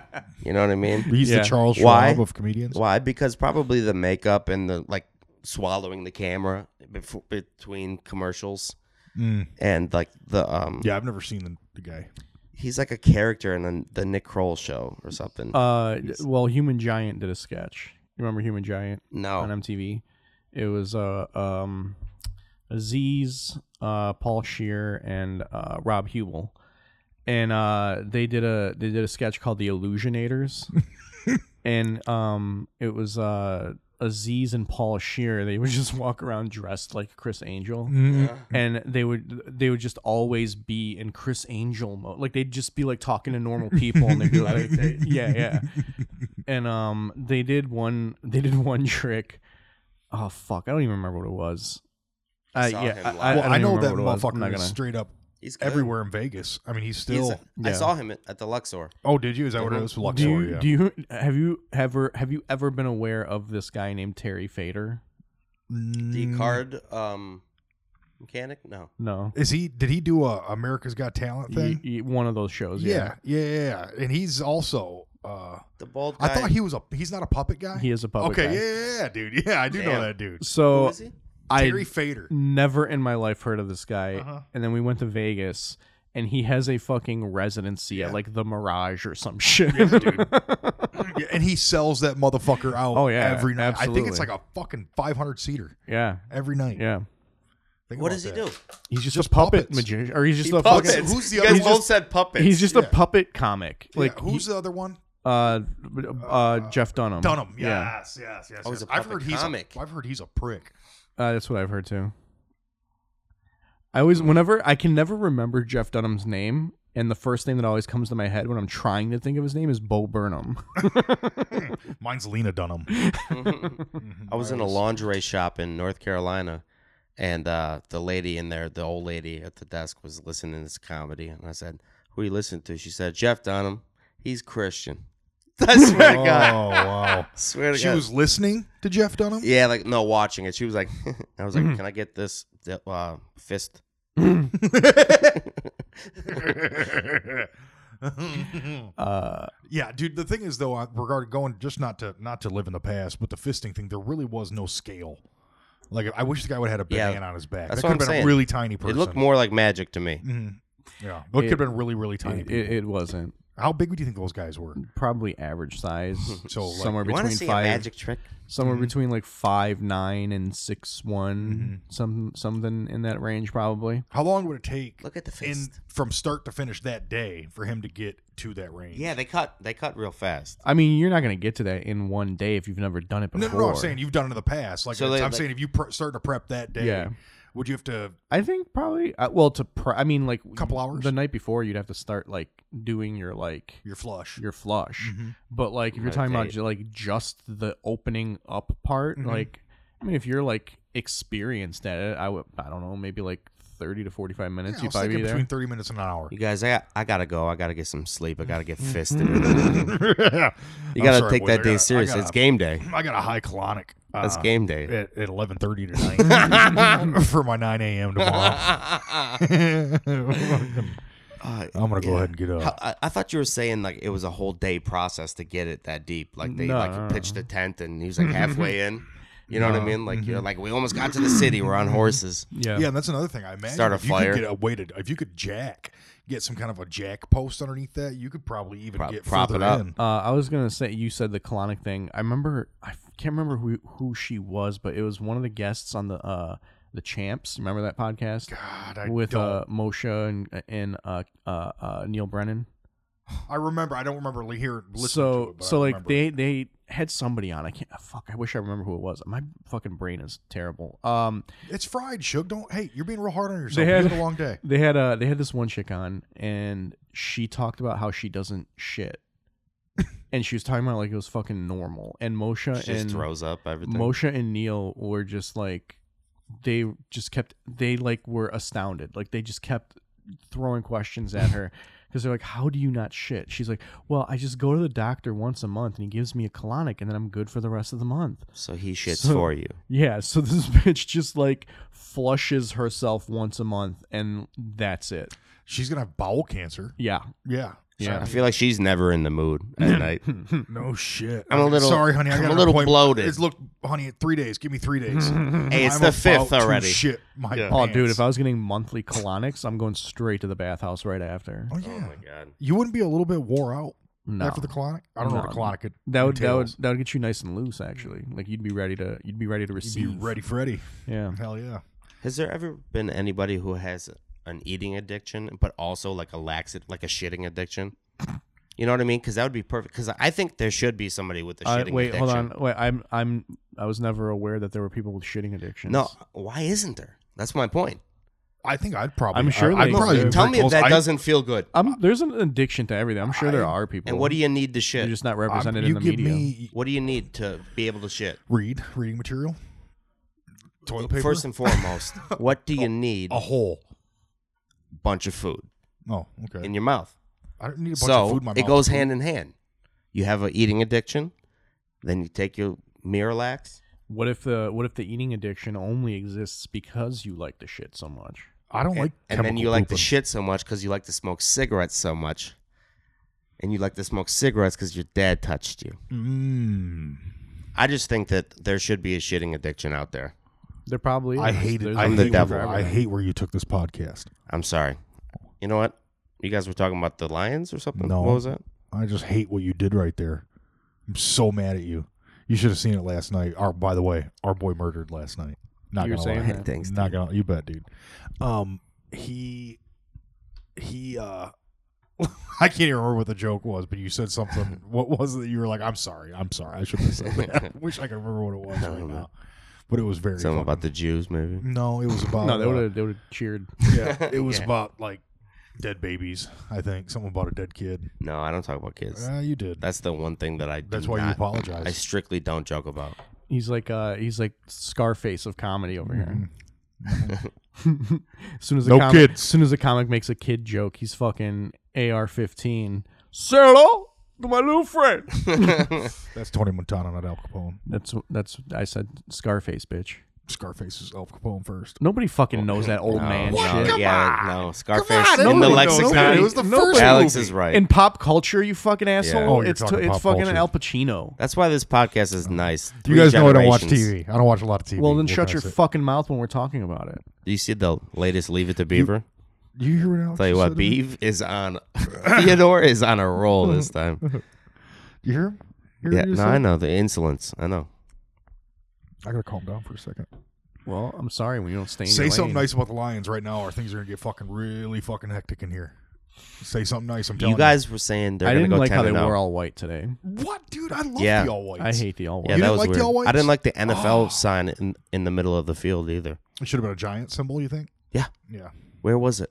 C: You know what I mean?
B: He's
D: Yeah.
B: the Charles
C: Why?
B: Schwab of comedians.
C: Why? Because probably the makeup and the like swallowing the camera before, between commercials
B: Mm.
C: and like the um
B: Yeah, I've never seen the, the guy.
C: he's like a character in the, the Nick Kroll show or something.
D: Uh, well, Human Giant did a sketch. You remember Human Giant on
C: no.
D: MTV? It was uh um, Aziz, uh, Paul Shear, and uh, Rob Hubel, and uh, they did a they did a sketch called The Illusionators, and um, it was uh. Aziz and Paul Shear, they would just walk around dressed like Chris Angel.
B: Mm.
D: and they would they would just always be in Chris Angel mode. Like they'd just be like talking to normal people, and they'd be like, yeah, yeah. And um, they did one they did one trick. Oh fuck, I don't even remember what it was. Uh,
C: saw him
D: yeah,
C: live.
D: I, I,
B: Well,
D: don't
B: I,
D: even
B: know that
D: remember what it was. I'm
B: motherfucker
D: not
B: is
D: gonna-
B: straight up
C: He's good.
B: everywhere in Vegas. I mean, he's
C: He's
B: still.
C: I
D: Yeah.
C: saw him at, at the Luxor.
B: oh, did you? Is that what it was?
D: Do
B: Luxor,
D: you,
B: yeah.
D: do you have you ever have you ever been aware of this guy named Terry Fader?
C: The
B: Mm,
C: card um mechanic? No.
D: No.
B: Is he? Did he do a America's Got Talent
D: Y-
B: thing?
D: y- one of those shows.
B: yeah.
D: Yeah.
B: yeah, yeah, yeah. And he's also. Uh,
C: The bald guy.
B: I thought he was a. He's not a puppet guy.
D: He is a public.
B: okay,
D: guy.
B: yeah, yeah, yeah, dude. Yeah, I do know
C: Damn.
B: that dude.
C: Who
D: So
C: is he?
D: I
B: Terry Fader.
D: never in my life heard of this guy.
B: Uh-huh.
D: And then we went to Vegas, and he has a fucking residency
B: Yeah.
D: at like the Mirage or some shit.
B: dude. Yeah, and he sells that motherfucker out.
D: Oh, yeah,
B: every night. I think it's
D: absolutely.
B: like a fucking 500 seater
D: yeah.
B: every night.
D: Yeah.
B: Think
C: What
B: about
C: does he
B: that.
C: do?
D: He's just,
B: Just
D: a puppet
B: puppets.
D: magician, or he's just
C: He
D: a fucking.
C: puppets.
B: who's the
C: you
B: other-
C: guys
B: he's
C: both
B: just-
C: said puppets.
D: He's just
B: Yeah.
D: a puppet comic.
B: Yeah,
D: Like
B: who's
D: he-
B: the other one?
D: uh, uh, Jeff Dunham.
B: Dunham. Yes, yes, yes.
C: Oh, he's
B: yes.
C: a
B: I've
C: puppet
B: heard he's
C: comic.
B: A, I've heard he's a prick.
D: Uh, that's what I've heard too. I always, whenever I can never remember Jeff Dunham's name, and the first name that always comes to my head when I'm trying to think of his name is Bo Burnham.
B: Mine's Lena Dunham.
C: I was in a lingerie shop in North Carolina, and uh, the lady in there, the old lady at the desk, was listening to this comedy, and I said, "Who you listen to?" She said, "Jeff Dunham. He's Christian." I swear to
B: Oh
C: God.
B: wow!
C: Swear to
B: She
C: God.
B: was listening to Jeff Dunham.
C: yeah, like no, watching it. She was like, I was like,
B: Mm-hmm.
C: "Can I get this uh, fist?"
D: Uh,
B: yeah, dude. The thing is, though, I- regarding going just not to not to live in the past, but the fisting thing, there really was no scale. Like, I wish the guy would have had a
C: Yeah,
B: banana on his back.
C: that's
B: That
C: what
B: could have been
C: I'm saying.
B: a really tiny person.
C: It looked more like magic to me.
B: Mhm. Yeah, it could
D: It-
B: have been really, really tiny.
D: it,
B: people.
D: it, it wasn't
B: How big would you think those guys were?
D: probably average size.
B: So, like-
D: somewhere
C: You want to
D: between
C: see
D: five,
C: a magic trick?
D: somewhere
B: Mm-hmm.
D: between like five nine and six one, some something in that range probably.
B: How long would it take?
C: Look at the
B: in
C: fist.
B: from start to finish that day for him to get to that range.
C: Yeah, they cut. They cut real fast.
D: I mean, you're not gonna get to that in one day if you've never done it
B: No,
D: before.
B: no, no. I'm saying you've done it in the past. Like
C: So
B: I'm
C: they- like-
B: saying, if you pre- start to prep that day,
D: Yeah.
B: would you have to?
D: I think probably. Uh, well, to pr- I mean, like
B: Couple hours?
D: the night before, you'd have to start like doing your like
B: You're flush.
D: your flush.
B: Mm-hmm.
D: But like if you're talking about ju- like just the opening up part,
B: Mm-hmm.
D: like I mean, if you're like experienced at it, I would I don't know maybe like thirty to forty five minutes.
B: Yeah, I
D: you'd
B: was
D: probably
B: thinking
D: be there.
B: between 30 minutes and an hour.
C: You guys, I got, I gotta go. I gotta get some sleep. I gotta get
B: Mm-hmm.
C: fisted. You
B: you
C: gotta take that day seriously. It's game day.
B: I got a high colonic. Uh,
C: That's game day.
B: At, at 11:30 tonight for my 9 a.m. tomorrow.
C: Uh,
B: I'm gonna go
C: yeah.
B: ahead and get up.
C: How- I, I thought you were saying like it was a whole day process to get it that deep. Like they
D: No,
C: like
D: no, no.
C: pitched a tent and he was like halfway in. You know what I mean? Like you're
D: Mm-hmm.
C: like we almost got to the city. We're on horses.
D: yeah.
B: Yeah, and that's another thing. I imagine
C: Start a
B: if
C: fire.
B: you could get a way to, if you could jack, get some kind of a jack post underneath that, you could probably even
C: Prop-
B: get
C: prop it
B: further
C: up.
B: in.
D: Uh, I was gonna say you said the colonic thing. I remember I f- can't remember who who she was, but it was one of the guests on the uh the champs. Remember that podcast
B: God, I
D: with
B: don't.
D: uh Moshe and and uh, uh, uh Neil Brennan.
B: I remember. I don't remember li- hear listening
D: so
B: to it, but
D: so
B: I
D: like
B: remember
D: they
B: it.
D: they had somebody on. I can't fuck. I wish I remember who it was. My fucking brain is terrible. Um,
B: it's fried, Shug. Don't hey, you're being real hard on yourself.
D: They
B: you
D: had-
B: had a long day.
D: they had uh they had this one chick on, and she talked about how she doesn't shit, and she was talking about like it was fucking normal. And Moshe
C: She just
D: and
C: throws up everything.
D: Moshe and Neil were just like they just kept they like were astounded. Like they just kept throwing questions at her because they're like, "How do you not shit?" She's like, "Well, I just go to the doctor once a month and he gives me a colonic and then I'm good for the rest of the month."
C: so he shits
D: So-
C: for you.
D: Yeah, so this bitch just like flushes herself once a month and that's it.
B: She's gonna have bowel cancer.
D: Yeah.
B: Yeah,
D: Yeah.
C: I feel like she's never in the mood at night. Oh
B: Hmm. No shit.
C: I'm a little-
B: sorry, honey. I
C: I'm
B: got
C: a
B: an
C: little
B: appointment.
C: bloated.
B: It's look, honey. Three days. Give me three days.
C: Hey, it's
B: I'm
C: the fifth
B: about to
C: already.
B: Shit, my
C: Yeah.
D: Oh,
B: pants.
D: dude, if I was getting monthly colonics, I'm going straight to the bathhouse right after.
B: oh
C: Oh
B: yeah,
C: my god.
B: you wouldn't be a little bit wore out
D: No.
B: after the colonic. I don't know what
D: No.
B: the colonic could.
D: That would that would
B: entails.
D: that would get you nice and loose actually. Like you'd be ready to you'd be ready to
B: You'd
D: receive.
B: be ready, Freddy.
D: Yeah.
B: Hell yeah.
C: Has there ever been anybody who has an eating addiction, but also like a laxative, like a shitting addiction? You know what I mean? Because that would be perfect. Because I think there should be somebody with a
D: Uh,
C: shitting
D: wait,
C: addiction.
D: hold on. Wait, I'm I'm I was never aware that there were people with shitting addictions.
C: No, why isn't there? That's my point.
B: I think I'd probably.
D: I'm sure
B: I, I'd
D: they
B: probably
D: do.
B: be
C: Tell
B: pretty
C: me if
B: close.
C: that
B: I-
C: doesn't feel good.
D: I'm, there's an addiction to everything. I'm sure there
B: I-
D: are people.
C: And what do you need to
D: They're
C: shit?
D: just not
B: I'm-
D: represented
B: um, you
D: in the
B: give
D: media.
B: me
C: what do you need to be able to shit?
B: read reading material, toilet paper, Oh.
C: First and foremost, what do you need?
B: a hole.
C: bunch of food
B: Oh, okay.
C: in your mouth.
B: I don't need a bunch
C: So
B: of food in my
C: it
B: mouth.
C: goes hand in hand. You have an eating addiction, then you take your Miralax,
D: What if the what if the eating addiction only exists because you like the shit so much?
B: I don't like.
C: and then
B: chemical
C: you like the
B: pooping.
C: shit so much because you like to smoke cigarettes so much, and you like to smoke cigarettes because your dad touched you.
B: Mm.
C: I just think that there should be a shitting addiction out there.
D: There probably.
B: I
D: is.
B: hate it.
D: There's
B: I
D: a
C: I'm
B: hate
C: the
B: where-
C: devil.
B: I hate where you took this podcast.
C: I'm sorry. You know what? You guys were talking about the lions or something.
B: No.
C: What was that?
B: I just hate what you did right there. I'm so mad at you. You should have seen it last night. Our, by the way, our boy murdered last night. Not
D: You were
B: gonna
D: saying
B: lie.
D: that.
C: Thanks,
B: Not gonna. You bet, dude. Um, he, he. uh I can't even remember what the joke was, but you said something. what was it? You were like, "I'm sorry, I'm sorry. I shouldn't have said that." I wish I could remember what it was right now. But it was very.
C: Something
B: fucking-
C: about the Jews, maybe.
B: No, it was about.
D: No, they
B: uh,
D: would have they would have cheered.
B: yeah, it was about like dead babies. I think something about a dead kid.
C: No, I don't talk about kids.
B: Uh, you did.
C: That's the one thing that I. do
B: That's why you
C: not-
B: apologize.
C: I strictly don't joke about.
D: He's like uh he's like Scarface of comedy over here. as soon as a
B: No
D: comic,
B: kids.
D: as soon as a comic makes a kid joke, he's fucking AR-15. Say hello to my little friend.
B: That's Tony Montana, not Al Capone.
D: That's that's I said Scarface, bitch.
B: Scarface is Al Capone first.
D: Nobody fucking knows that old Oh, man
C: no,
D: shit.
C: yeah, no. Scarface
D: on,
C: in the
D: nobody knows
C: lexicon.
D: that. It was the first
C: Alex
D: movie.
C: is right.
D: In pop culture, you fucking asshole.
C: Oh,
B: you're
D: it's
B: talking
D: it's
B: pop
D: fucking
B: culture.
D: Al Pacino.
C: That's why this podcast is nice.
B: You
C: Three
B: guys know I don't watch
C: generations.
B: TV. I don't watch a lot of TV.
D: Well, then
B: What can
D: shut
B: I
D: your
B: say?
D: fucking mouth when we're talking about it.
C: Do you see the latest Leave It to Beaver?
B: You hear what Alex
C: Tell you
B: just
C: what,
B: said to me?
C: Beav is on. Theodore is on a roll this time.
B: You hear him? You hear
C: Yeah,
B: what he
C: no,
B: said?
C: I know the insolence. I know.
B: I gotta calm down for a second.
D: Well, I'm sorry when you don't stay. In
B: Say
D: your
B: something
D: lane.
B: nice about the Lions right now, or things are gonna get fucking really fucking hectic in here. Say something nice. I'm telling
C: You guys were saying they're
D: I
C: gonna
D: didn't
C: go
D: like
C: 10
D: how they
C: and oh. out.
D: were all white today.
B: What, dude? I love
C: Yeah.
B: the all whites.
D: I hate the all
B: You
C: Yeah,
D: white.
C: that
B: didn't
C: was
B: like the
C: weird.
B: all-whites? Ah.
C: I didn't like the NFL sign in, in the middle of the field either.
B: It should have been a giant symbol. You think?
C: Yeah.
B: Yeah.
C: Where was it?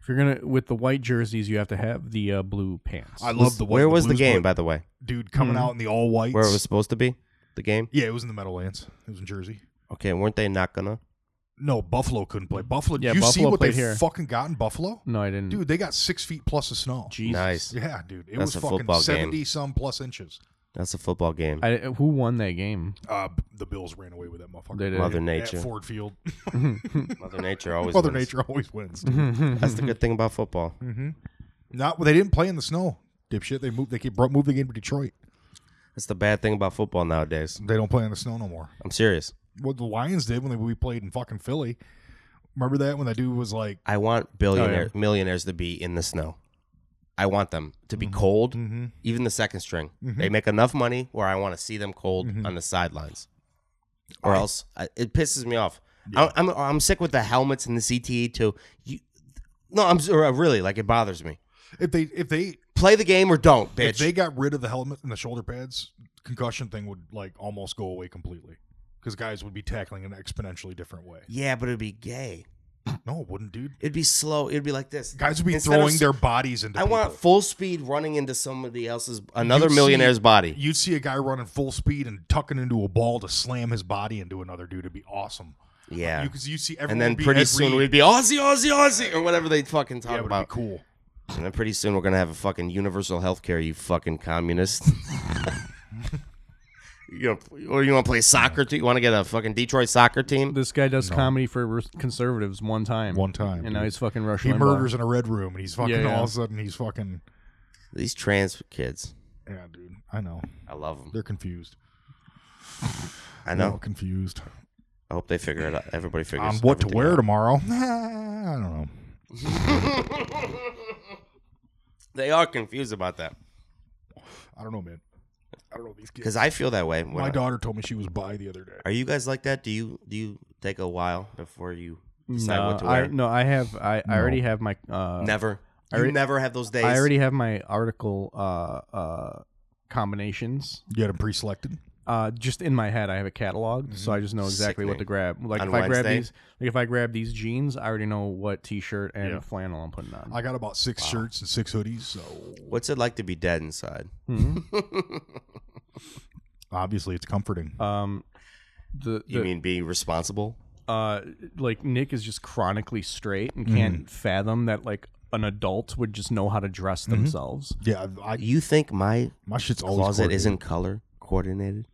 D: If you're gonna with the white jerseys, you have to have the uh, blue pants.
B: I
C: Was-
B: love the. white-
C: Where was the
B: blues,
C: game,
B: but-
C: by the way?
B: dude coming out in the all whites.
C: Where it was supposed to be? The game?
B: Yeah, it was in the Meadowlands. It was in Jersey.
C: Okay, weren't they not gonna?
B: No, Buffalo couldn't play. Buffalo.
D: Yeah,
B: you see
D: Buffalo
B: what they
D: played here.
B: fucking got in Buffalo?
D: no, I didn't.
B: Dude, they got six feet plus of snow.
D: Jesus.
C: Nice.
B: Yeah, dude, it
C: That's a
B: was fucking
C: football game.
B: seventy some plus inches.
C: That's a football game.
D: I, who won that game?
B: Uh, b- the Bills ran away with that motherfucker.
D: They did.
C: Mother
B: At
C: Nature.
B: Ford Field,
C: Mother Nature always.
B: Mother
C: wins.
B: Nature Hmm. always wins.
C: That's the good thing about football.
B: Not they didn't play in the snow, dipshit. They moved. They keep brought, moved the game to Detroit.
C: That's the bad thing about football nowadays.
B: They don't play in the snow no more.
C: I'm serious.
B: What the Lions did when they, we played in fucking Philly. Remember that when that dude was like,
C: I want billionaire millionaires to be in the snow. I want them to
B: Hmm.
C: be cold,
D: Mm-hmm.
C: even the second string.
B: Mm-hmm.
C: They make enough money where I want to see them cold on the sidelines, or else I, it pisses me off. I, I'm I'm sick with the helmets and the CTE too. You, no, I'm s- or, uh, really like it bothers me.
B: if they if they
C: Play the game or don't,
B: if
C: bitch.
B: they got rid of the helmet and the shoulder pads, concussion thing would like almost go away completely. Because guys would be tackling in an exponentially different way.
C: yeah, but it'd be gay.
B: No, it wouldn't, dude.
C: It'd be slow. It'd be like this.
B: Guys would be
C: Instead of
B: throwing
C: s-
B: their bodies into.
C: I want
B: people.
C: full speed running into somebody else's another
B: You'd
C: millionaire's
B: see-
C: body.
B: You'd see a guy running full speed and tucking into a ball to slam his body into another dude. It'd be awesome.
C: Yeah.
B: Because you see everyone.
C: and then
B: would be
C: pretty
B: every-
C: soon we'd be Aussie, Aussie, Aussie, or whatever they fucking
B: yeah,
C: talk
B: it would
C: about.
B: be cool.
C: And then pretty soon we're gonna have a fucking universal health care, you fucking communist. you know, or you want to play soccer? Too? You want to get a fucking Detroit soccer team?
D: This guy does comedy for res- conservatives one time.
B: One time,
D: and now
B: dude.
D: he's fucking Rush
B: He
D: Limbaugh.
B: murders in a red room, and he's fucking
D: Yeah, yeah.
B: all of a sudden he's fucking.
C: These trans kids,
B: Yeah, dude. I know
C: I love them.
B: they're confused.
C: I
B: They're all
C: know.
B: confused
C: I hope they figure it out. Everybody figures
B: on what to
C: everything
B: wear
C: out.
B: tomorrow. I don't know.
C: They are confused about that
B: I don't know, man. I don't know these kids.
C: because I feel that way. when
B: My
C: I-
B: daughter told me she was bi the other day.
C: Are you guys like that? Do you do you take a while before you decide
D: No,
C: what to wear?
D: I, no, I have. I, I already have my. Uh,
C: Never. You never have those days.
D: I already have my article uh, uh, combinations.
B: You had him pre-selected.
D: Uh, just in my head, I have it cataloged, so I just know exactly what to
C: Sickening.
D: grab. Like
C: On
D: if I grab
C: Wednesday?
D: these, like if I grab these jeans, I already know what T-shirt and flannel I'm putting on.
B: I got about six shirts and six hoodies, so
C: What's it like to be dead inside?
D: Mm-hmm.
B: obviously it's comforting.
D: um, the,
C: You
D: the
C: mean being responsible?
D: uh, like Nick is just chronically straight and
C: Mm-hmm.
D: can't fathom that like an adult would just know how to dress
C: Mm-hmm.
D: themselves.
B: yeah, I,
C: You think my
B: my shit's always
C: closet
B: coordinated.
C: isn't color coordinated?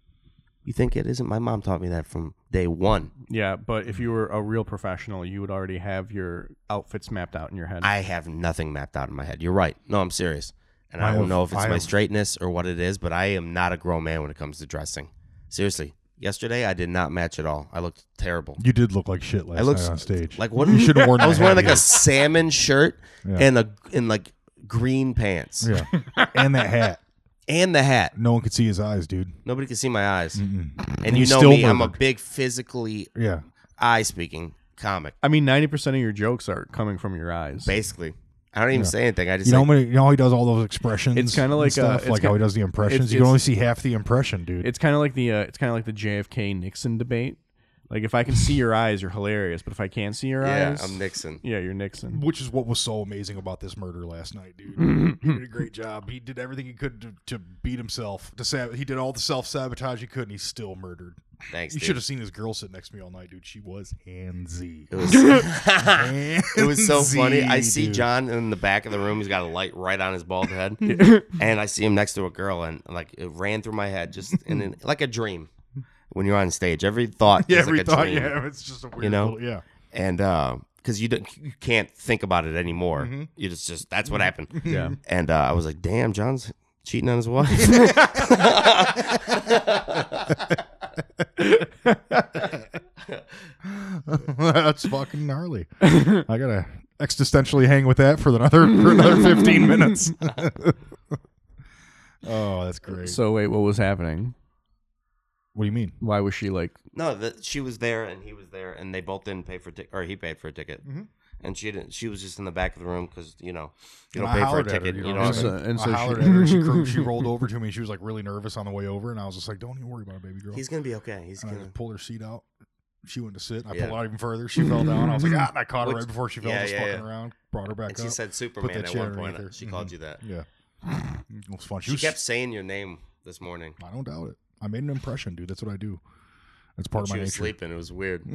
C: You think it isn't? My mom taught me that from day one.
D: Yeah, but
C: Mm-hmm.
D: if you were a real professional, you would already have your outfits mapped out in your head.
C: I have nothing mapped out in my head. You're right. No, I'm serious. And I,
B: I
C: don't
B: have-
C: know if it's
B: I
C: my
B: have-
C: straightness or what it is, but I am not a grown man when it comes to dressing. Seriously. Yesterday, I did not match at all. I looked terrible.
B: You did look like shit last
C: I looked
B: night on stage.
C: Like what?
B: you should have worn.
C: I was
B: that
C: wearing like a
B: hat,
C: salmon shirt
B: Yeah.
C: and a and like green pants
B: yeah. yeah, and that hat.
C: and the hat.
B: No one could see his eyes, dude.
C: Nobody could see my eyes.
B: Mm-mm.
C: And you
B: He's
C: know
B: Mm. still
C: me, I'm a
B: murdered.
C: big physically
B: Yeah,
C: eye speaking comic.
D: I mean, ninety percent of your jokes are coming from your eyes.
C: Basically, I don't even say anything. I just
B: you know,
C: like,
B: how many, you know how he does all those expressions.
D: It's kinda
B: and
D: like, uh,
B: stuff?
D: it's
B: like how
D: ki-
B: he does the impressions.
D: it's-
B: you can only
D: it's-
B: see half the impression, dude.
D: It's kind of like the uh, it's kind of like the JFK Nixon debate. Like if I can see your eyes, you're hilarious. But if I can't see your
C: yeah,
D: eyes,
C: I'm Nixon.
D: Yeah, you're Nixon.
B: which is what was so amazing about this murder last night, dude. he did a great job. He did everything he could to, to beat himself. To sab- he did all the self sabotage he could, and he's still murdered.
C: Thanks.
B: You
C: dude.
B: should have seen this girl sit next to me all night, dude. She was handsy.
C: It was, it was so
B: Handsy,
C: funny. I see
B: dude.
C: John in the back of the room. He's got a light right on his bald head, and I see him next to a girl, and like it ran through my head, just in an, like a dream. When you're on stage, every thought
B: Yeah,
C: is
B: every
C: like a
B: thought.
C: dream,
B: Yeah, it's just a weird.
C: know?
B: little- yeah.
C: and because you don't, you can't think about it anymore.
B: Mm-hmm.
C: You just just that's what happened.
D: Yeah.
C: And uh, I was like, damn, John's cheating on his wife.
B: That's fucking gnarly. I gotta existentially hang with that for another for another fifteen minutes. oh, that's great.
D: So wait, what was happening?
B: what do you mean?
D: Why was she like?
C: no, that she was there and he was there, and they both didn't pay for ticket, or he paid for a ticket.
B: Mm-hmm.
C: And she didn't. She was just in the back of the room because you know you don't
B: I
C: pay for a
B: hollered at her,
C: ticket. you know,
B: what
C: what I
B: I
C: mean?
B: mean?
D: And so-
B: I
D: and so
B: hollered
D: she-
B: at her. She, cro- she rolled over to me. She was like really nervous on the way over, and I was just like, "Don't even worry about it, baby girl."
C: he's gonna be okay. He's
B: and I
C: gonna.
B: just pulled her seat out. She went to sit. I
C: Yeah.
B: pulled out even further. She fell down. I was like, "Ah!" And I caught her
C: Which-
B: right before she fell.
C: yeah,
B: just
C: yeah,
B: fucking
C: yeah.
B: around. Brought her back
C: And she
B: up.
C: said Superman
B: that
C: at
B: chair
C: one point.
B: underneath her.
C: She called
B: Mhm.
C: you that.
B: yeah, it was fun. She,
C: She
B: was-
C: kept saying your name this morning.
B: I don't doubt it. I made an impression, dude. That's what I do. That's part of
C: She
B: my
C: was
B: nature.
C: sleeping. It was weird.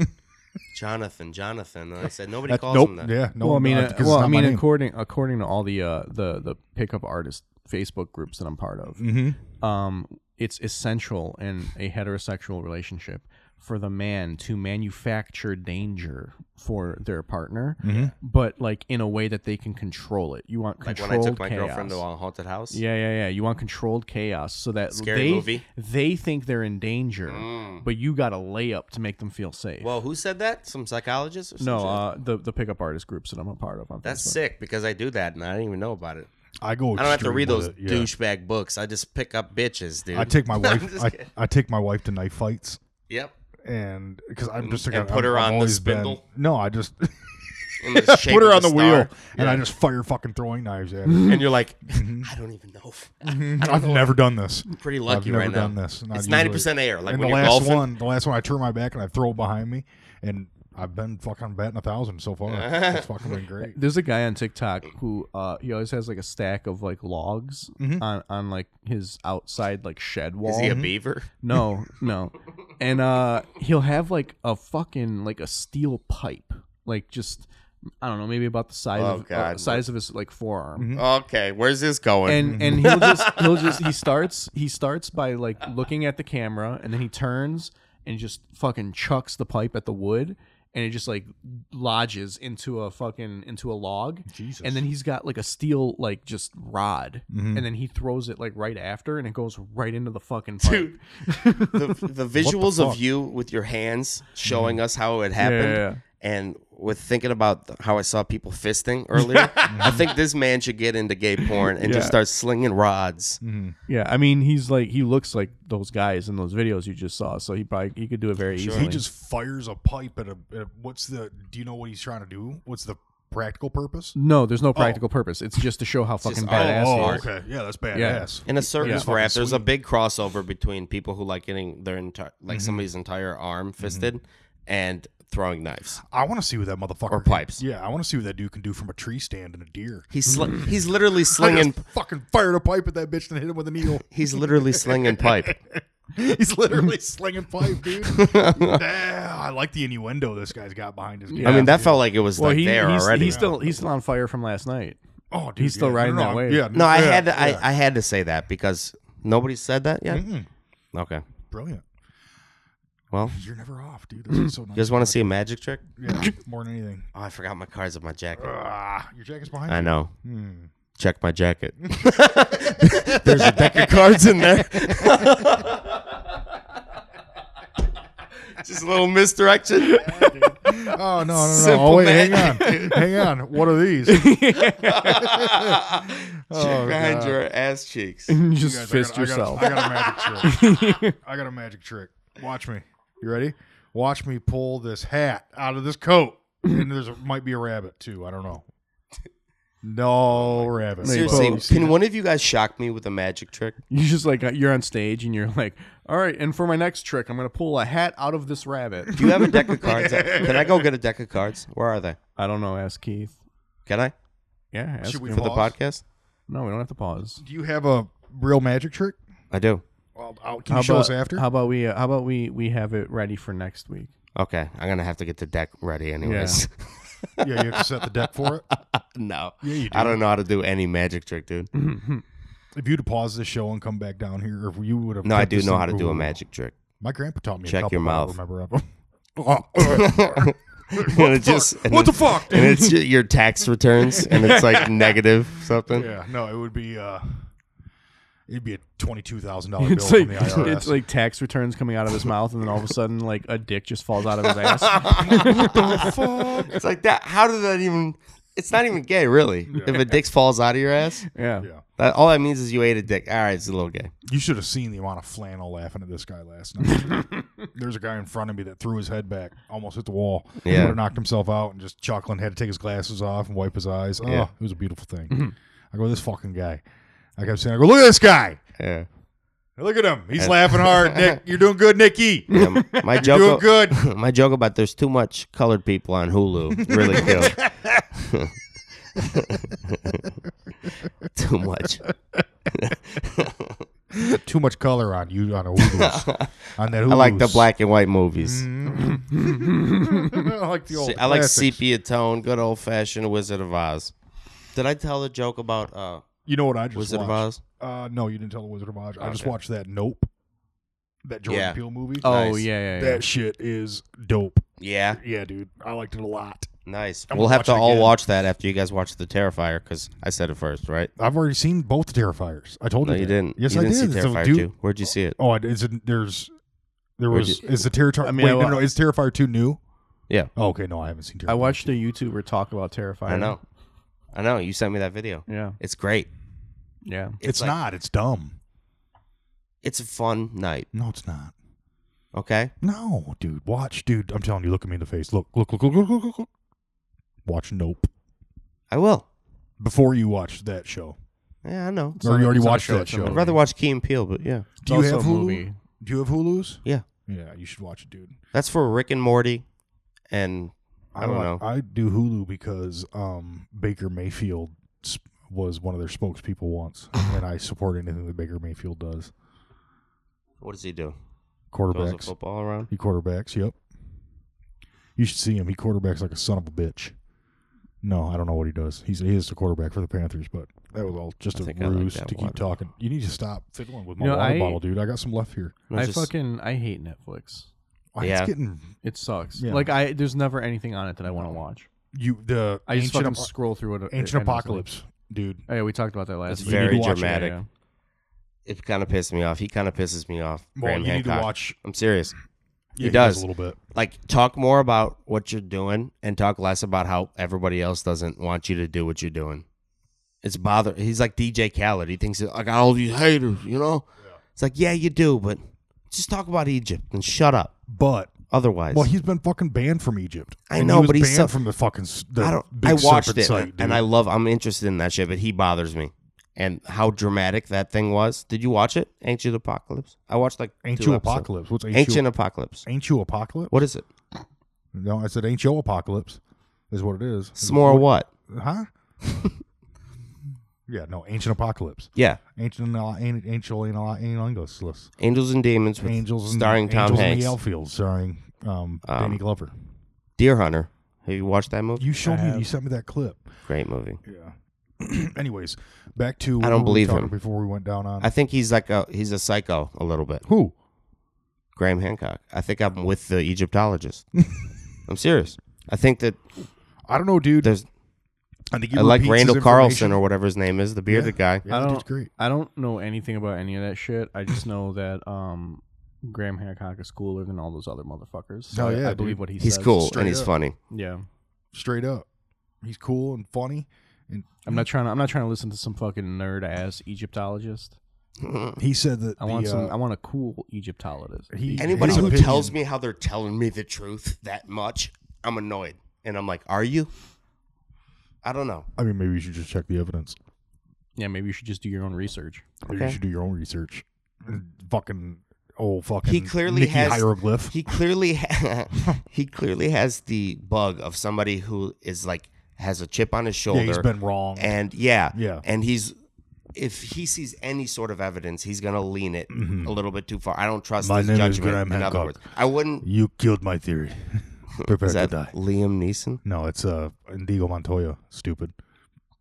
C: Jonathan, Jonathan. And I said nobody
B: That-
C: calls
B: nope.
C: him that.
B: Yeah. No.
D: well, I mean,
B: uh,
D: uh,
B: because it's
D: well, I
B: not my
D: mean,
B: name.
D: according according to all the uh, the the pickup artist Facebook groups that I'm part of,
B: Mhm.
D: um, it's essential in a heterosexual relationship for the man to manufacture danger for their partner,
B: Mm-hmm.
D: but like in a way that they can control it. You want
C: Like
D: controlled
C: when I took my
D: chaos.
C: girlfriend to a haunted house.
D: Yeah, yeah, yeah. You want controlled chaos so that
C: Scary
D: they
C: movie. Mm.
D: they think they're in danger, but you got a layup to make them feel safe.
C: Well, who said that? Some psychologist or some
D: no,
C: shit?
D: uh, the the pickup artist groups that I'm a part of on
C: That's
D: Facebook.
C: sick because I do that and I didn't even know about it.
B: I go.
C: I don't have to
B: extreme
C: read those
B: with it, yeah.
C: douchebag books. I just pick up bitches, dude.
B: I take my
C: I'm
B: wife.
C: just
B: I,
C: kidding.
B: I take my wife to knife fights.
C: yep.
B: and because I'm just
C: And
B: like,
C: put
B: I'm-
C: her
B: I've
C: on the
B: always been-
C: spindle?
B: no, I just put
C: And the shape
B: her
C: of
B: on the wheel,
C: star.
B: and I just fire fucking throwing knives at her.
C: And you're like, I don't even know.
B: I've never done this.
C: Pretty
B: Mm-hmm. I've
C: lucky
B: never
C: right now.
B: done this. and I
C: It's
B: usually-
C: 90% air, like
B: and
C: when
B: the
C: you're
B: last
C: golfing.
B: one, the last one, I turn my back and I throw it behind me, and I've been fucking batting a thousand so far. it's fucking been great.
D: There's a guy on TikTok who uh, he always has like a stack of like logs on, on like his outside like shed
C: Mm-hmm.
D: wall.
C: Is
B: Mm-hmm.
C: he a beaver?
D: No, no. And uh he'll have like a fucking like a steel pipe. Like just I don't know, maybe about the size
C: Oh,
D: of uh,
C: God. Mm-hmm.
D: size of his like forearm.
C: Okay, where's this going?
D: And and he'll just he'll just he starts he starts by like looking at the camera and then he turns and just fucking chucks the pipe at the wood and it just like lodges into a fucking into a log.
B: Jesus.
D: And then he's got like a steel like just rod
C: Mm-hmm.
D: and then he throws it like right after and it goes right into the fucking pipe.
C: Dude, the, the visuals of you with your hands showing
B: Mm-hmm.
C: us how it happened
D: yeah, yeah.
C: and with thinking about th- how I saw people fisting earlier, I think this man should get into gay porn and just
D: Yeah.
C: start slinging rods.
D: Yeah, I mean, he's like he looks like those guys in those videos you just saw, so he probably he could do it very easily.
B: He just fires a pipe at a, at a. What's the? Do you know what he's trying to do? What's the practical purpose?
D: no, there's no practical purpose. It's just to show how fucking
C: Oh. just-
D: badass
B: oh,
D: he is.
B: okay. Yeah, that's
D: Yeah.
B: badass.
C: In a circus
B: Yeah.
C: rap, there's a
B: Sweet.
C: big crossover between people who like getting their entire, like somebody's entire arm fisted, and throwing knives.
B: I want to see what that motherfucker
C: Or
B: can-
C: pipes.
B: Yeah, I want to see what that dude can do from a tree stand and a deer.
C: He's sl- he's literally slinging.
B: just fucking fired a pipe at that bitch and hit him with a needle.
C: He's literally slinging pipe.
B: He's literally slinging pipe, dude. yeah, I like the innuendo this guy's got behind his.
D: Yeah.
C: I mean, that felt like it was
D: Well,
C: like
D: he,
C: there
D: he's,
C: already.
D: he's still he's still on fire from last night.
B: oh, dude,
D: he's still
B: yeah. No,
D: riding
B: no,
D: that
B: I'm-
D: wave.
B: Yeah,
C: no, I
B: yeah,
C: had to,
B: yeah.
C: I, I had to say that because nobody said that yet. Okay.
B: Brilliant.
C: Well,
B: You're never off, dude. That's so
C: you
B: nice.
C: guys want to see a magic trick?
B: Yeah, more than anything.
C: Oh, I forgot my cards in my jacket.
B: Ah, your jacket's behind
C: I
B: you.
C: know.
B: Hmm.
C: Check my jacket. There's a deck of cards in there. Just a little misdirection.
B: Oh no, no, no!
C: Simple
B: oh wait,
C: man.
B: hang on, hang on. What are these? You Oh,
C: Check behind your ass cheeks.
D: Just
B: guys, I
D: fist
B: got- I got-
D: yourself.
B: I got a magic trick. I got a magic trick. Watch me. You ready? Watch me pull this hat out of this coat. And there's a, might be a rabbit too. I don't know. No rabbit.
C: Seriously,
B: Both.
C: can one of you guys shock me with a magic trick?
D: You just like uh, you're on stage and you're like, all right, and for my next trick, I'm gonna pull a hat out of this rabbit.
C: Do you have a deck of cards? Can I go get a deck of cards? Where are they?
D: I don't know. Ask Keith.
C: Can I
D: Yeah. Ask
B: Should we
D: him.
C: for the
B: Pause.
C: podcast?
D: No, we don't have to pause.
B: Do you have a real magic trick?
C: I do.
B: Well, I'll, can you show
D: about,
B: us after?
D: How about we? Uh, how about we? We have it ready for next week.
C: Okay, I'm gonna have to get the deck ready anyways.
B: yeah, you have to set the deck for it.
C: no,
B: Yeah, you do. Mm-hmm.
C: I don't know how to do any magic trick, dude.
B: If you'd pause this show and come back down here, if you would have.
C: No, I
B: kept
C: do
B: this
C: know
B: in-
C: how to do
B: Ooh.
C: a magic trick.
B: My grandpa taught me.
C: Check
B: a couple
C: your
B: but I don't
C: mouth.
B: Remember of 'em.
C: what the fuck?
B: What the fuck,
C: And it's ju- your tax returns, and it's like negative something.
B: Yeah, no, it would be. uh It'd be a twenty-two thousand dollar bill
D: It's like
B: from the IRS.
D: it's like tax returns coming out of his mouth, and then all of a sudden, like a dick just falls out of his ass.
C: It's like that. How did that even? It's not even gay, really. If a dick falls out of your ass,
D: Yeah.
B: Yeah.
C: that, all that means is you ate a dick. All right, it's a little gay.
B: You should have seen the amount of flannel laughing at this guy last night. There's a guy in front of me that threw his head back, almost hit the wall.
C: Yeah.
B: would have knocked himself out and just chuckling, had to take his glasses off and wipe his eyes. Oh,
C: Yeah. Mm-hmm.
B: it was a beautiful thing. I go, this fucking guy. I kept saying, I go, look at this guy.
C: Yeah.
B: Look at him. He's laughing hard. Nick, you're doing good, Nicky. You're
C: Yeah, m- Um, my
B: doing
C: joke.
B: good.
C: my joke about there's too much colored people on Hulu really killed. too much.
B: Too much color on you on a Hulu's. on that Hulu's.
C: I like the black and white movies.
B: I like the old.
C: See, I like
B: classics.
C: sepia tone, good old fashioned Wizard of Oz. Did I tell the joke about uh,
B: You know what I just
C: Wizard of
B: watched?
C: Oz?
B: Uh, no, you didn't tell the Wizard of Oz. I just
C: Okay.
B: watched that Nope, that Jordan
C: Yeah.
B: Peele movie.
D: Oh
C: Nice.
D: yeah, yeah, yeah.
B: That shit is dope.
C: Yeah,
B: Yeah, dude, I liked it a lot.
C: nice.
B: I'm
C: we'll
B: gonna
C: have to
B: watch it
C: all
B: again.
C: watch that after you guys watch The Terrifier because I said it first, right?
B: I've already seen both Terrifiers. I told
C: No,
B: you.
C: you
B: that.
C: didn't.
B: Yes,
C: you
B: I
C: didn't
B: did.
C: see
B: It's a
C: Terrifier
B: dude-
C: 2. Where'd you see it?
B: Oh, it's a, there's there
C: Where'd
B: was is the Terrifier.
D: I mean,
B: wait,
D: I
B: no,
D: wa-
B: no, no, is Terrifier two new?
C: Yeah.
B: Oh, okay, no, I haven't seen Terrifier.
D: I watched a YouTuber talk about Terrifier.
C: I know. I know. You sent me that video.
D: Yeah,
C: It's great.
D: yeah.
B: It's,
C: like-
B: not. It's dumb.
C: It's a fun night.
B: No, it's not.
C: Okay.
B: No, dude, watch, dude. I'm telling you, look at me in the face. Look, look, look, look, look, look, look. look. Watch Nope
C: I will.
B: before you watch that show.
C: Yeah, I know.
B: or you already
D: it's not a
B: watched
D: show,
B: that
D: it's a
B: show.
D: movie.
C: I'd rather watch Key and Peele, but yeah,
B: Do you
D: also
B: have
D: a
B: Hulu?
D: movie.
B: Do you have Hulu's?
C: yeah,
B: Yeah, you should watch it, dude.
C: that's for Rick and Morty, and I don't know.
B: I do Hulu because um, Baker Mayfield s- was one of their spokespeople once, and I support anything that Baker Mayfield does.
C: what does he do? Throws a
B: Quarterbacks,
C: football around.
B: he quarterbacks. Yep. You should see him. He quarterbacks like a son of a bitch. No, I don't know what he does. He's he is the quarterback for the Panthers, but that was all just
C: I
B: a
C: think I like
B: ruse
C: that
B: to keep
C: water.
B: talking. You need to stop fiddling with my
D: You know,
B: water
D: I-
B: bottle, dude. I got some left here.
C: No,
D: I
C: just-
D: fucking I hate Netflix.
B: Oh,
C: Yeah.
B: It's getting
D: It sucks.
B: Yeah.
D: Like I, there's never anything on it that I want to watch.
B: you the
D: I just
B: ancient
D: fucking
B: apo-
D: scroll through it. uh,
B: ancient apocalypse, dude.
D: Oh, yeah, we talked about that last.
C: That's
D: week.
C: very
D: You need to watch it,
C: dramatic.
D: yeah.
C: It kind of pissed me off. He kind of pisses me off.
B: Well,
C: Graham
B: you need to
C: Hancock.
B: watch-
C: I'm serious.
B: Yeah,
C: he does.
B: a little bit.
C: Like, talk more about what you're doing, and talk less about how everybody else doesn't want you to do what you're doing. It's bother. He's like DJ Khaled. He thinks I got all these haters. You know. It's like, yeah, you do, but just talk about Egypt and shut up.
B: But
C: Otherwise,
B: Well, he's been fucking banned from Egypt.
C: I
B: And
C: know,
B: he was
C: but he's
B: banned
C: so-
B: from the fucking. s- The
C: I don't.
B: Big
C: I watched
B: serpent
C: it,
B: site,
C: and I
B: dude.
C: love. I'm interested in that shit, but he bothers me. And how dramatic that thing was. Did you watch it? Ancient Apocalypse. I watched like two
B: Ain't you
C: episodes.
B: apocalypse? What's ain't,
C: Ancient
B: you?
C: Apocalypse.
B: Ain't you apocalypse?
C: What is it?
B: No, I said ain't you apocalypse. Is what it is.
C: Some more what?
B: huh? yeah, no, ancient apocalypse.
C: Yeah,
B: Ancient and uh, an- ancient and uh, ancient Anglos.
C: Angels and Demons with
B: Angels and
C: starring Tom
B: Angels in
C: Hanks.
B: the outfield, starring um, Danny Glover.
C: Deer Hunter. Have you watched that movie?
B: You showed me. You sent me that clip.
C: Great movie.
B: Anyways, back to
C: I
B: what
C: don't
B: we were
C: believe
B: talking
C: him.
B: Before we went down on
C: I think he's like a he's a psycho a little bit.
B: who
C: Graham Hancock. I think I'm with the Egyptologist. I'm serious. I think that
B: I don't know, dude.
C: there's
B: I think you
C: I like Randall Carlson or whatever his name is, the bearded guy.
B: Yeah,
D: I
B: that
D: don't.
B: dude's great.
D: I don't know anything about any of that shit. I just know that um, Graham Hancock is cooler than all those other motherfuckers. So
B: Oh,
D: I-
B: yeah,
D: I believe
B: dude.
D: what he
C: He's
D: says.
C: cool
B: straight
C: and he's
B: up.
C: funny.
D: Yeah,
B: straight up. He's cool and funny. And
D: I'm not trying. To, I'm not trying to listen to some fucking nerd ass Egyptologist.
B: he said that
D: I want
B: the,
D: some.
B: uh,
D: I want a cool Egyptologist.
B: he,
C: Anybody
B: his
C: who
B: opinion-
C: tells me how they're telling me the truth that much, I'm annoyed. And I'm like, are you? I don't know.
B: I mean, maybe you should just check the evidence.
D: Yeah, maybe you should just do your own research.
B: Maybe
C: Okay.
B: you should do your own research. Fucking oh fucking.
C: He clearly
B: Nikki
C: has-
B: hieroglyph.
C: He clearly ha- he clearly has the bug of somebody who is like has a chip on his
B: yeah,
C: shoulder.
B: he's been wrong.
C: and yeah,
B: Yeah.
C: and he's if he sees any sort of evidence, he's gonna lean it a little bit too far. I don't trust
B: Mm-hmm. My
C: his
B: name is
C: judgment.
B: Graham
C: in other
B: Hancock.
C: words, I wouldn't.
B: you killed my theory. Prepare
C: Is
B: to
C: that
B: die.
C: Liam Neeson?
B: No, it's uh Indigo Montoya. Stupid.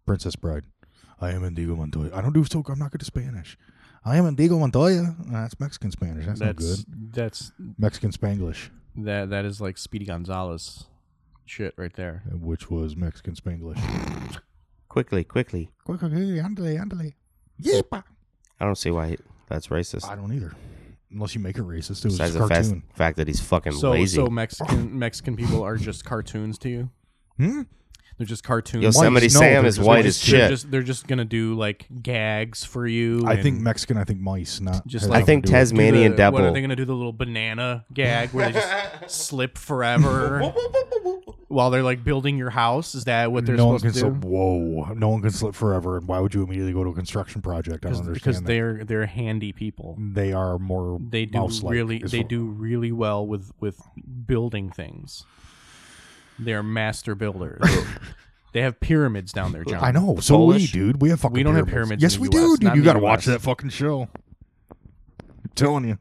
B: Princess Bride. I am Indigo Montoya. I don't do so. I'm not good at Spanish. I am Indigo Montoya. Uh, That's Mexican Spanish. That's, not
D: That's
B: good.
D: that's
B: Mexican Spanglish,
D: that that is like Speedy Gonzalez shit right there.
B: which was Mexican Spanglish.
C: Quickly, quickly.
B: Quick, quick, quick, andale, andale. Yeepa.
C: I don't see why he- that's racist.
B: I don't either. Unless you make it racist, it was just
C: Besides the fast,
B: cartoon.
C: fact that he's fucking
D: So
C: lazy.
D: so Mexican Mexican people are just cartoons to you.
B: Hmm?
D: They're just cartoons.
C: Yosemite
B: White- no,
C: Sam
B: they're
C: is
B: just-
C: white
B: they're
C: as
D: Just- they're
C: shit.
D: Just, they're just gonna do like gags for you.
B: I think
D: and
B: Mexican. I think mice. Not.
D: Just
B: has
D: like-
C: I
D: I
B: nothing
C: think
B: to do with-
D: do the-
C: Tasmanian
D: What are
C: devil.
D: they gonna do? The little banana gag where they just slip forever while they're like building your house. Is that what they're
B: No one can
D: supposed
B: slip.
D: to do?
B: Whoa! No one can slip forever. And why would you immediately go to a construction project? I don't
D: Because
B: understand.
D: because
B: that.
D: they're they're handy people.
B: they are more
D: They do
B: mouse-like
D: really
B: is
D: they
B: what-
D: do really well with with building things. They're master builders. they have pyramids down there, John.
B: I know. So do we,
C: Polish?
B: dude, we have fucking.
D: We don't have pyramids
B: Yes,
D: in
B: we
D: the US,
B: do,
D: not
B: dude. You
D: in the
B: got to watch
D: US.
B: that fucking show. I'm telling you.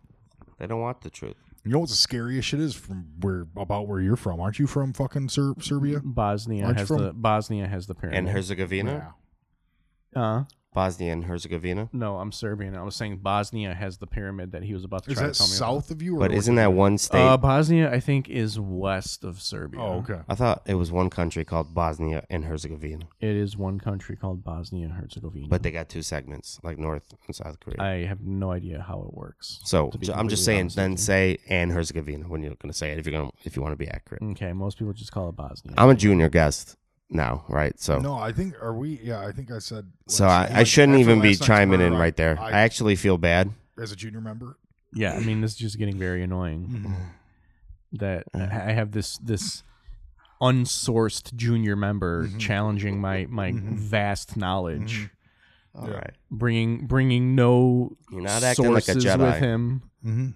C: They don't want the truth.
B: You know what the scariest shit is from where about where you're from? Aren't you from fucking Ser- Serbia?
D: Bosnia
B: Aren't you
D: has
B: from-
D: the Bosnia has the pyramid.
C: And Herzegovina,
B: Uh-huh.
D: uh,
C: Bosnia and Herzegovina.
D: no, I'm Serbian. I was saying Bosnia has the pyramid that he was about to
B: Is
D: try
B: that
D: to tell me.
B: south of you? Or
C: But isn't that one state?
D: About. Uh, Bosnia, I think, is west of Serbia.
B: Oh, okay.
C: I thought it was one country called Bosnia and Herzegovina,
D: It is one country called Bosnia Herzegovina.
C: but they got two segments, like North and South Korea.
D: I have no idea how it works.
C: so
D: to be
C: ju- I'm
D: completely
C: just saying,
D: honest
C: then
D: with
C: say and Herzegovina when you're going to say it if you're going to if you want to be accurate.
B: Mm.
D: Okay, most people just call it Bosnia.
C: I'm a junior guest now, right? So
B: No, I think are we? Yeah, I think I said.
C: so I,
B: last-
C: I shouldn't
B: after
C: even be
B: last night's
C: chiming in
B: murder, I-
C: right there. I,
B: I-
C: actually feel bad.
B: as a junior member.
D: yeah, I mean, this is just getting very
C: Mm-hmm.
D: annoying. That I I have this this unsourced junior member
C: Mm-hmm.
D: challenging my my vast knowledge.
C: All
B: Yeah.
C: right.
D: bringing bringing no
C: You're not acting like a
D: sources with
C: Jedi.
D: him.
B: Mm-hmm.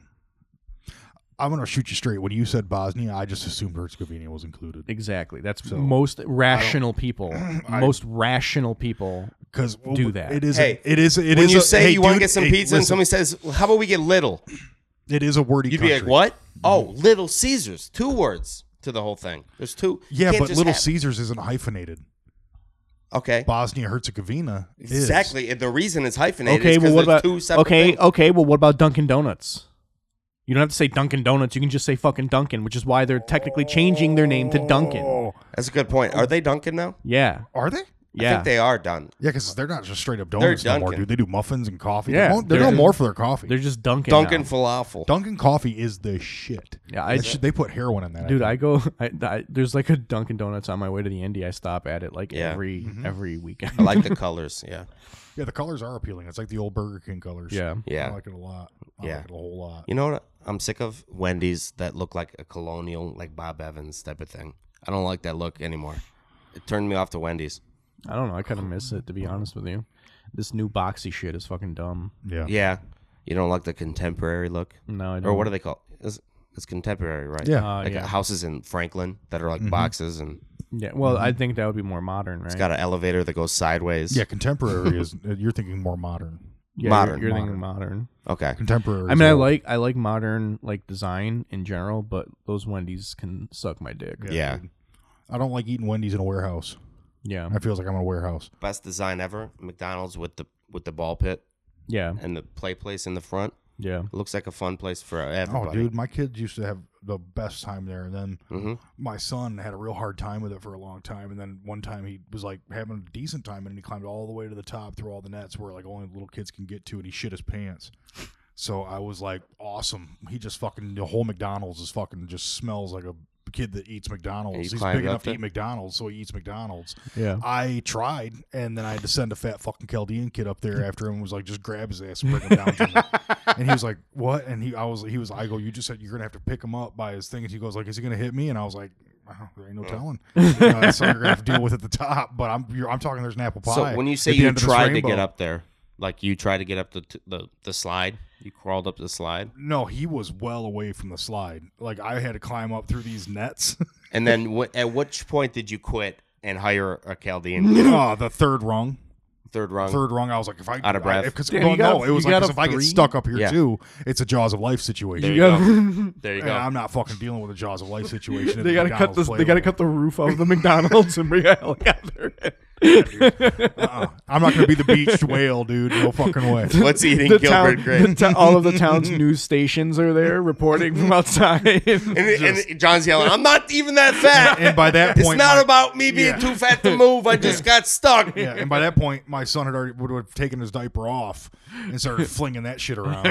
B: I'm gonna shoot you straight. When you said Bosnia, I just assumed Herzegovina was included
D: Exactly. That's
B: So,
D: most rational people.
B: I-
D: most rational people.
B: because well,
D: Do that.
B: It is.
C: Hey,
B: a, it is. It is.
C: When you
B: a-
C: say
B: hey,
C: you want to
B: dude,
C: get some
B: hey,
C: pizza and
B: listen,
C: somebody says, "How about we get little?"
B: it is a wordy.
C: You'd be
B: country. Mm.
C: like, "What? Oh, Little Caesars." Two words to the whole thing. There's two. You
B: Yeah,
C: can't
B: but
C: just
B: Little
C: have-
B: Caesars isn't hyphenated.
C: Okay.
B: Bosnia Herzegovina is.
C: Exactly. And the reason it's hyphenated
D: Okay.
C: is
D: Well,
C: because
D: what
C: there's
D: about
C: two separate
D: okay? uh,
C: things.
D: Okay. Well, what about Dunkin' Donuts? You don't have to say Dunkin' Donuts. You can just say fucking Dunkin', which is why they're technically changing their name to Dunkin'.
C: That's a good point. Are they Dunkin' now?
D: Yeah.
B: Are they?
C: I
D: Yeah.
C: think they are done.
B: Yeah, because they're not just straight up donuts no more,
C: Dunkin'.
B: dude. They do muffins and coffee.
D: Yeah,
B: they're, known- they're
D: they're-
B: known more for their coffee.
D: They're just Dunkin'.
C: Dunkin'
D: now.
C: falafel.
B: Dunkin' coffee is the shit.
D: Yeah, I-
B: That shit- they put heroin in that.
D: Dude, I go. I, I, there's like a Dunkin' Donuts on my way to the Indy. I stop at it like
C: Yeah.
D: every
B: Mm-hmm.
D: every weekend.
C: I like the colors. Yeah.
B: yeah, the colors are appealing. It's like the old Burger King colors.
D: yeah.
B: I
C: Yeah.
B: like it a lot. I
C: Yeah.
B: like it a whole lot.
C: You know what? I'm sick of Wendy's that look like a colonial, like Bob Evans type of thing. I don't like that look anymore. It turned me off to Wendy's.
D: I don't know. I kind of miss it to be honest with you. This new boxy shit is fucking dumb.
B: Yeah, yeah.
C: Yeah. You don't like the contemporary look?
D: No, I don't.
C: Or what are they called? It's, it's contemporary, right?
D: Uh,
C: Like
D: yeah.
C: houses in Franklin that are like boxes and
D: yeah. Well, I think that would be more modern, right?
C: Mm-hmm. it's got an elevator that goes sideways.
B: contemporary is. You're thinking more modern.
D: yeah,
C: modern,
D: You're, you're thinking modern.
C: Okay.
B: Contemporary.
D: I
B: is
D: mean, I
B: old.
D: like I like modern like design in general, but those Wendy's can suck my dick.
B: Yeah.
C: Yeah.
B: I don't like eating Wendy's in a warehouse.
D: Yeah.
B: That feels like I'm in a warehouse.
C: Best design ever. McDonald's with the with the ball pit
D: Yeah.
C: and the play place in the front.
D: Yeah.
C: It looks like a fun place for
B: Oh,
C: everybody.
B: dude, my kids used to have the best time there, and then
C: Mm-hmm.
B: my son had a real hard time with it for a long time. And then one time he was like having a decent time, and he climbed all the way to the top through all the nets where like only little kids can get to, and he shit his pants. So I was like, awesome. He just fucking the whole McDonald's is fucking just smells like a kid that eats
C: And he
B: McDonald's. He's
C: climbed
B: big
C: up
B: enough to
C: it?
B: eat McDonald's, so he eats McDonald's.
D: Yeah.
B: I tried, and then I had to send a fat fucking Chaldean kid up there after him and was like, just grab his ass and bring him down to me. And he was like, what? And he, I was, he was, I go, you just said you're gonna have to pick him up by his thing. And he goes like, is he gonna hit me? And I was like, oh, there ain't no telling. You know, that's something you're gonna have to deal with at the top. But I'm, you're, I'm talking. There's an apple pie.
C: So when you
B: at
C: say
B: the
C: you
B: end of this
C: tried to get
B: rainbow.
C: up there, like you tried to get up the t- the, the slide, you crawled up the slide,
B: no, he was well away from the slide. Like I had to climb up through these nets.
C: and then what, at which point did you quit and hire a Chaldean
B: oh, the third rung.
C: third rung?
B: third rung. I was like, if I
C: Out of breath.
B: because
D: Damn,
B: well,
D: you got
B: no,
D: a-
B: it was
D: you
B: like
D: got
B: 'cause
D: a
B: if I get
D: three?
B: stuck up here
C: Yeah.
B: too, it's a jaws of life situation.
C: there you go. There you
B: And
C: go.
B: I'm not fucking dealing with a jaws of life situation.
D: They gotta cut this. They gotta cut the roof off the McDonald's and bring a helicopter.
B: uh I'm not gonna be the beached whale, dude. No fucking way.
C: What's eating
D: The
C: Gilbert
D: town,
C: Grape?
D: the to- all of the town's news stations are there reporting from outside.
C: and, and John's yelling, "I'm not even that fat.
B: And by that
C: it's
B: point,
C: not
B: my-
C: about me being
B: Yeah.
C: too fat to move. I just got stuck."
B: Yeah, and by that point, my son had already would have taken his diaper off and started flinging that shit around.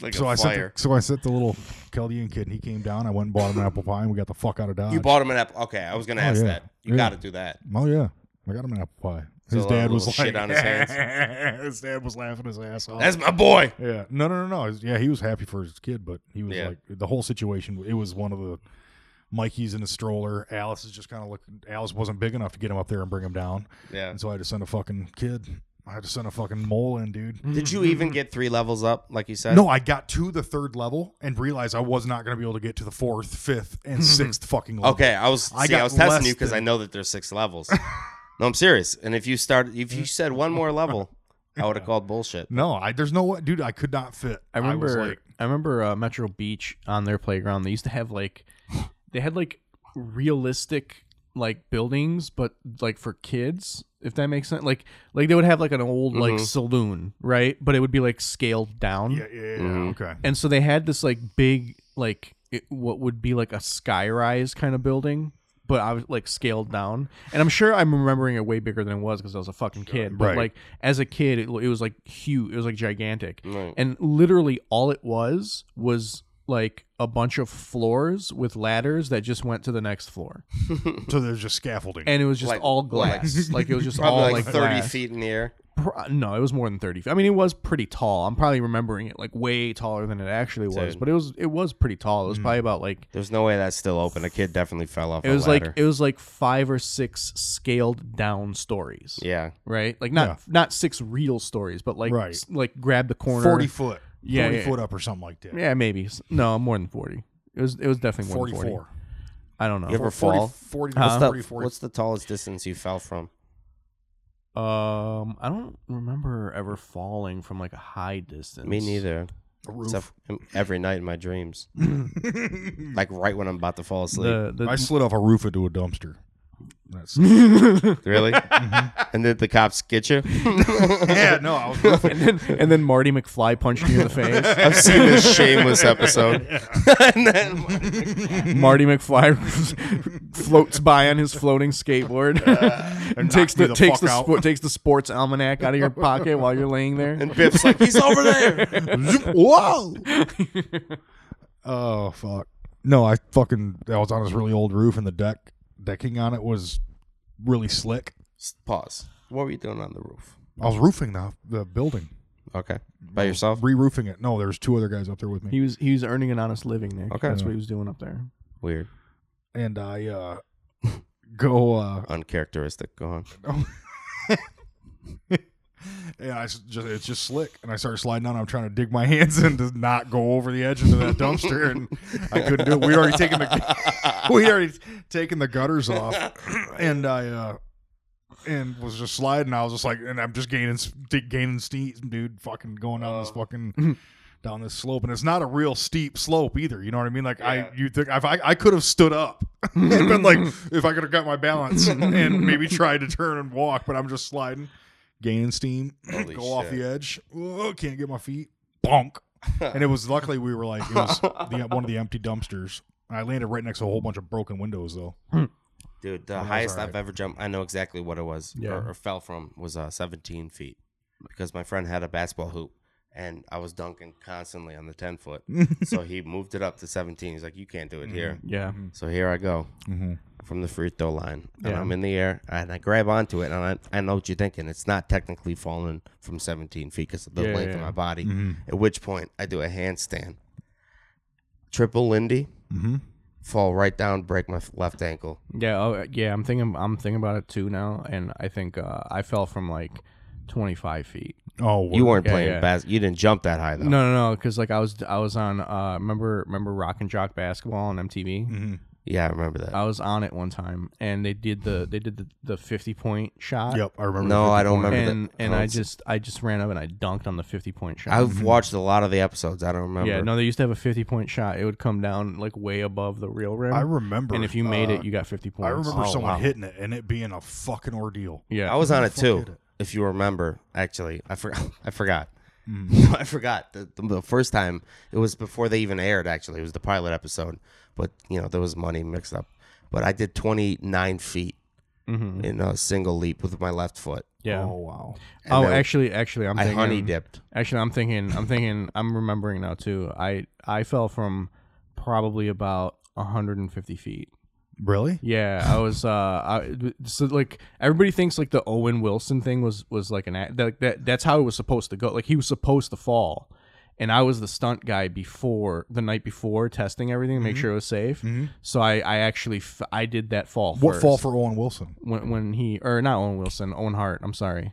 C: Like
B: So
C: a
B: I sent the,
C: fire.
B: so I sent the little Chaldean kid, and he came down. I went and bought him an apple pie, and we got the fuck out of Dodge.
C: you bought him an apple. Okay, I was
D: Oh,
C: gonna ask
B: yeah.
C: that. You
B: Yeah.
C: got to do that.
B: Oh yeah, I got him an apple pie. His
C: a lot of
B: dad was
C: little
B: like,
C: shit on his
B: hands. his dad was laughing his ass off.
C: That's my boy.
B: yeah, no, no, no, no. His- Yeah, he was happy for his kid, but he was
C: Yeah.
B: like the whole situation. It was one of the Mikey's in a stroller. Alice is just kind of looking. Alice wasn't big enough to get him up there and bring him down,
C: Yeah.
D: Mm-hmm.
B: and so I had to send a fucking kid. I had to send a fucking mole in, dude.
C: Did you even get three levels up, like you said?
B: No, I got to the third level and realized I was not going to be able to get to the fourth, fifth, and sixth fucking level.
C: Okay, I was.
B: I
C: see, I
B: got
C: was testing
B: less
C: you because I
B: than-
C: know that there's six levels. no, I'm serious. And if you started, if you said one more level, I would have called bullshit.
B: No, I there's no way, dude. I could not fit.
D: I remember.
B: was
D: I,
B: like,
D: remember uh, Metro Beach on their playground. They used to have like, they had like realistic like buildings, but like for kids, if that makes sense. Like, like they would have like an old like saloon, right? But it would be like scaled down.
B: Mm-hmm. yeah, yeah, yeah,
C: Mm-hmm.
B: okay.
D: And so they had this like big like it, what would be like a skyrise kind of building. But I was like scaled down, and I'm sure I'm remembering it way bigger than it was because I was a fucking kid. But
B: Right.
D: like as a kid, it, it was like huge. It was like gigantic,
C: Right.
D: and literally all it was was like a bunch of floors with ladders that just went to the next floor,
B: So there's just scaffolding.
D: and it was just
C: Like-
D: all glass. Like, it was just all
C: Probably like,
D: like,
C: 30
D: glass.
C: feet in the air.
D: Pro- no, it was more than thirty feet. I mean, it was pretty tall. I'm probably remembering it like way taller than it actually was,
C: Dude.
D: but it was it was pretty tall. It was probably about like
C: There's no way that's still open. A kid definitely fell off.
D: it
C: Hmm. a
D: was
C: ladder.
D: like it was like five or six scaled down stories,
C: yeah.
D: right? Like not
B: Yeah.
D: not six real stories, but like
B: Right.
D: s- like grab the corner,
B: forty foot,
D: Yeah,
B: forty
D: yeah.
B: foot up or something like that.
D: yeah, maybe S- no more than forty. It was it was definitely more than
B: 44.
D: forty. I don't know.
C: You ever
B: 40,
C: fall?
B: 40,
D: Huh?
C: What's the-
B: 40, 40.
C: what's the tallest distance you fell from?
D: um, I don't remember ever falling from like a high distance.
C: Me neither.
B: A roof.
C: Except every night in my dreams, like right when I'm about to fall asleep.
D: The,
B: I
D: the,
B: slid off a roof into a dumpster. That's,
C: Really? And did the cops get you?
B: yeah, no, I was roofing.
D: and then and then Marty McFly punched me in the face.
C: I've seen this shameless episode. and then,
D: Marty McFly floats by on his floating skateboard and
B: knocks
D: takes
B: me
D: the,
B: the
D: takes
B: fuck
D: the
B: out.
D: sport takes the sports almanac out of your pocket while you're laying there.
C: and Biff's like, he's over there.
B: Whoa! oh fuck! No, I fucking I was on this really old roof, and the deck decking on it was really slick.
C: Pause. What were you doing on the roof?
B: I was roofing the the building,
C: Okay. By yourself?
B: re-roofing it. No, there's two other guys up there with me.
D: He was he was earning an honest living, Nick.
C: Okay.
D: that's what he was doing up there.
C: Weird.
B: and I uh, go uh,
C: Uncharacteristic. Go on.
B: and I s- just it's just slick, and I started sliding down. I'm trying to dig my hands in to not go over the edge into that dumpster, and I couldn't do it. We'd already taken the we already taken the gutters off, and I uh and was just sliding. I was just like, and I'm just gaining s- di- gaining steam, dude. Fucking going down this fucking. Down this slope, and it's not a real steep slope either. You know what I mean? Like I, you think if I, I could have stood up, and been like, if I could have got my balance and, and maybe tried to turn and walk, but I'm just sliding gaining steam,
C: Holy
B: go off
C: shit.
B: the edge. Whoa, can't get my feet. bonk. And it was luckily we were like it was the, one of the empty dumpsters. I landed right next to a whole bunch of broken windows though.
C: Dude, the
B: That was
C: highest
B: alright.
C: I've ever jumped, I know exactly what it was
D: Yeah.
C: or, or fell from, was uh, 17 feet because my friend had a basketball hoop and I was dunking constantly on the 10 foot. so he moved it up to 17. He's like, you can't do it here.
D: Yeah.
C: So here I go
B: Mhm.
C: from the free throw line and
D: Yeah.
C: I'm in the air and I grab onto it. And I, I know what you're thinking. It's not technically falling from 17 feet because of the
D: Yeah,
C: length of
D: yeah. Mm.
C: my body.
B: Mhm.
C: At which point I do a handstand, triple Lindy,
B: Mhm.
C: fall right down, break my f- left ankle.
D: Yeah, oh, yeah. I'm thinking. I'm thinking about it too now, and I think uh, I fell from like 25 feet.
B: Oh,
C: You weren't
D: Yeah,
C: playing
D: yeah.
C: bas- You didn't jump that high though.
D: No, no, no. Because like I was, I was on. Uh, remember, remember Rock and Jock basketball on MTV.
B: Mhm.
C: Yeah, I remember that.
D: I was on it one time, and they did the they did the, the 50 point shot.
B: Yep, I remember.
C: No,
B: the
C: I don't
B: 50 point.
C: remember
D: And
C: that.
D: and I
C: Counts.
D: just I just ran up and I dunked on the 50 point shot.
C: I've watched a lot of the episodes. I don't remember.
D: yeah, no, they used to have a 50 point shot. It would come down like way above the real rim.
B: I remember.
D: and if you made
B: uh,
D: it, you got 50 points.
B: I remember
C: Oh,
B: someone
C: wow.
B: hitting it and it being a fucking ordeal.
D: Yeah.
C: I was on it
B: fuck
C: too.
B: did it?
C: If you remember, actually, I forgot. I forgot.
B: Mm.
C: I forgot. The, the, the first time it was before they even aired. Actually, it was the pilot episode. But you know there was money mixed up. But I did 29 feet
D: Mhm.
C: in a single leap with my left foot.
D: Yeah.
B: Oh wow.
C: And
D: Oh,
C: then
D: actually, actually, I'm
C: I
D: thinking,
C: honey dipped.
D: Actually, I'm thinking, I'm thinking, I'm remembering now too. I I fell from probably about 150 feet.
B: Really?
D: Yeah, I was. Uh, I, so like everybody thinks like the Owen Wilson thing was was like an act that, that that's how it was supposed to go. Like he was supposed to fall, and I was the stunt guy before the night before testing everything to make sure it was safe. So I I actually f- I did that fall.
B: What
D: first.
B: fall for Owen Wilson?
D: when when he or not Owen Wilson Owen Hart. I'm sorry.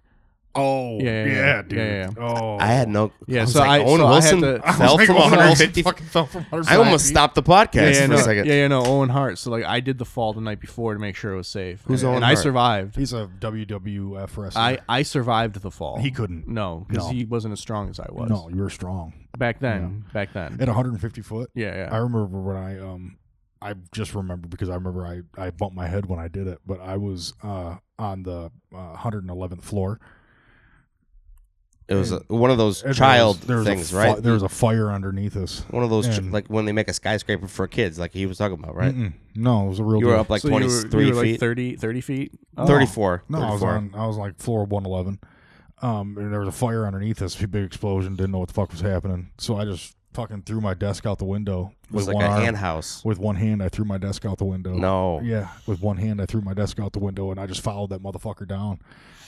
B: Oh
D: Yeah, yeah, yeah. Yeah, yeah,
B: Oh,
C: I had no.
D: Yeah,
C: I was
D: so
C: like,
D: I-
C: Owen
D: so I had
C: Wilson
D: to- I was
C: fell
B: like,
C: from
B: 150
C: 150.
B: fucking fell from 150
C: I almost
B: feet.
C: stopped the podcast
D: yeah,
C: for
D: no,
C: a second.
D: yeah, yeah, no, Owen Hart. So like I did the fall the night before to make sure it was safe.
C: Who's
D: and,
C: Owen
D: and I
C: Hart?
D: survived.
B: He's a WWF wrestler.
D: I I survived the fall.
B: He couldn't.
D: No, because
B: No.
D: he wasn't as strong as I was.
B: no, you were strong
D: back then. Back then.
B: at 150 foot.
D: Yeah, yeah.
B: I remember when I um, I just remember because I remember I I bumped my head when I did it, but I was uh on the uh, 111th floor.
C: It was a, one of those
B: And there was-
C: child
B: there was a
C: things,
B: fi-
C: right?
B: There was a fire underneath us.
C: One of those, ch-
B: And-
C: like when they make a skyscraper for kids, like he was talking about, right?
B: Mm-mm. No, it was a real.
C: You were
B: deal.
C: up like
D: So you were- you
C: 23
D: were, like,
C: feet,
D: 30, 30 feet. Oh.
C: 34.
B: No, I was
C: 34.
B: on. I was like floor one eleven. Um, and there was a fire underneath us. Big explosion. Didn't know what the fuck was happening. So I just fucking threw my desk out the window
C: It was
B: with
C: like
B: one
C: a
B: arm.
C: hand house.
B: With one hand, I threw my desk out the window.
C: No.
B: Yeah, with one hand, I threw my desk out the window, and I just followed that motherfucker down.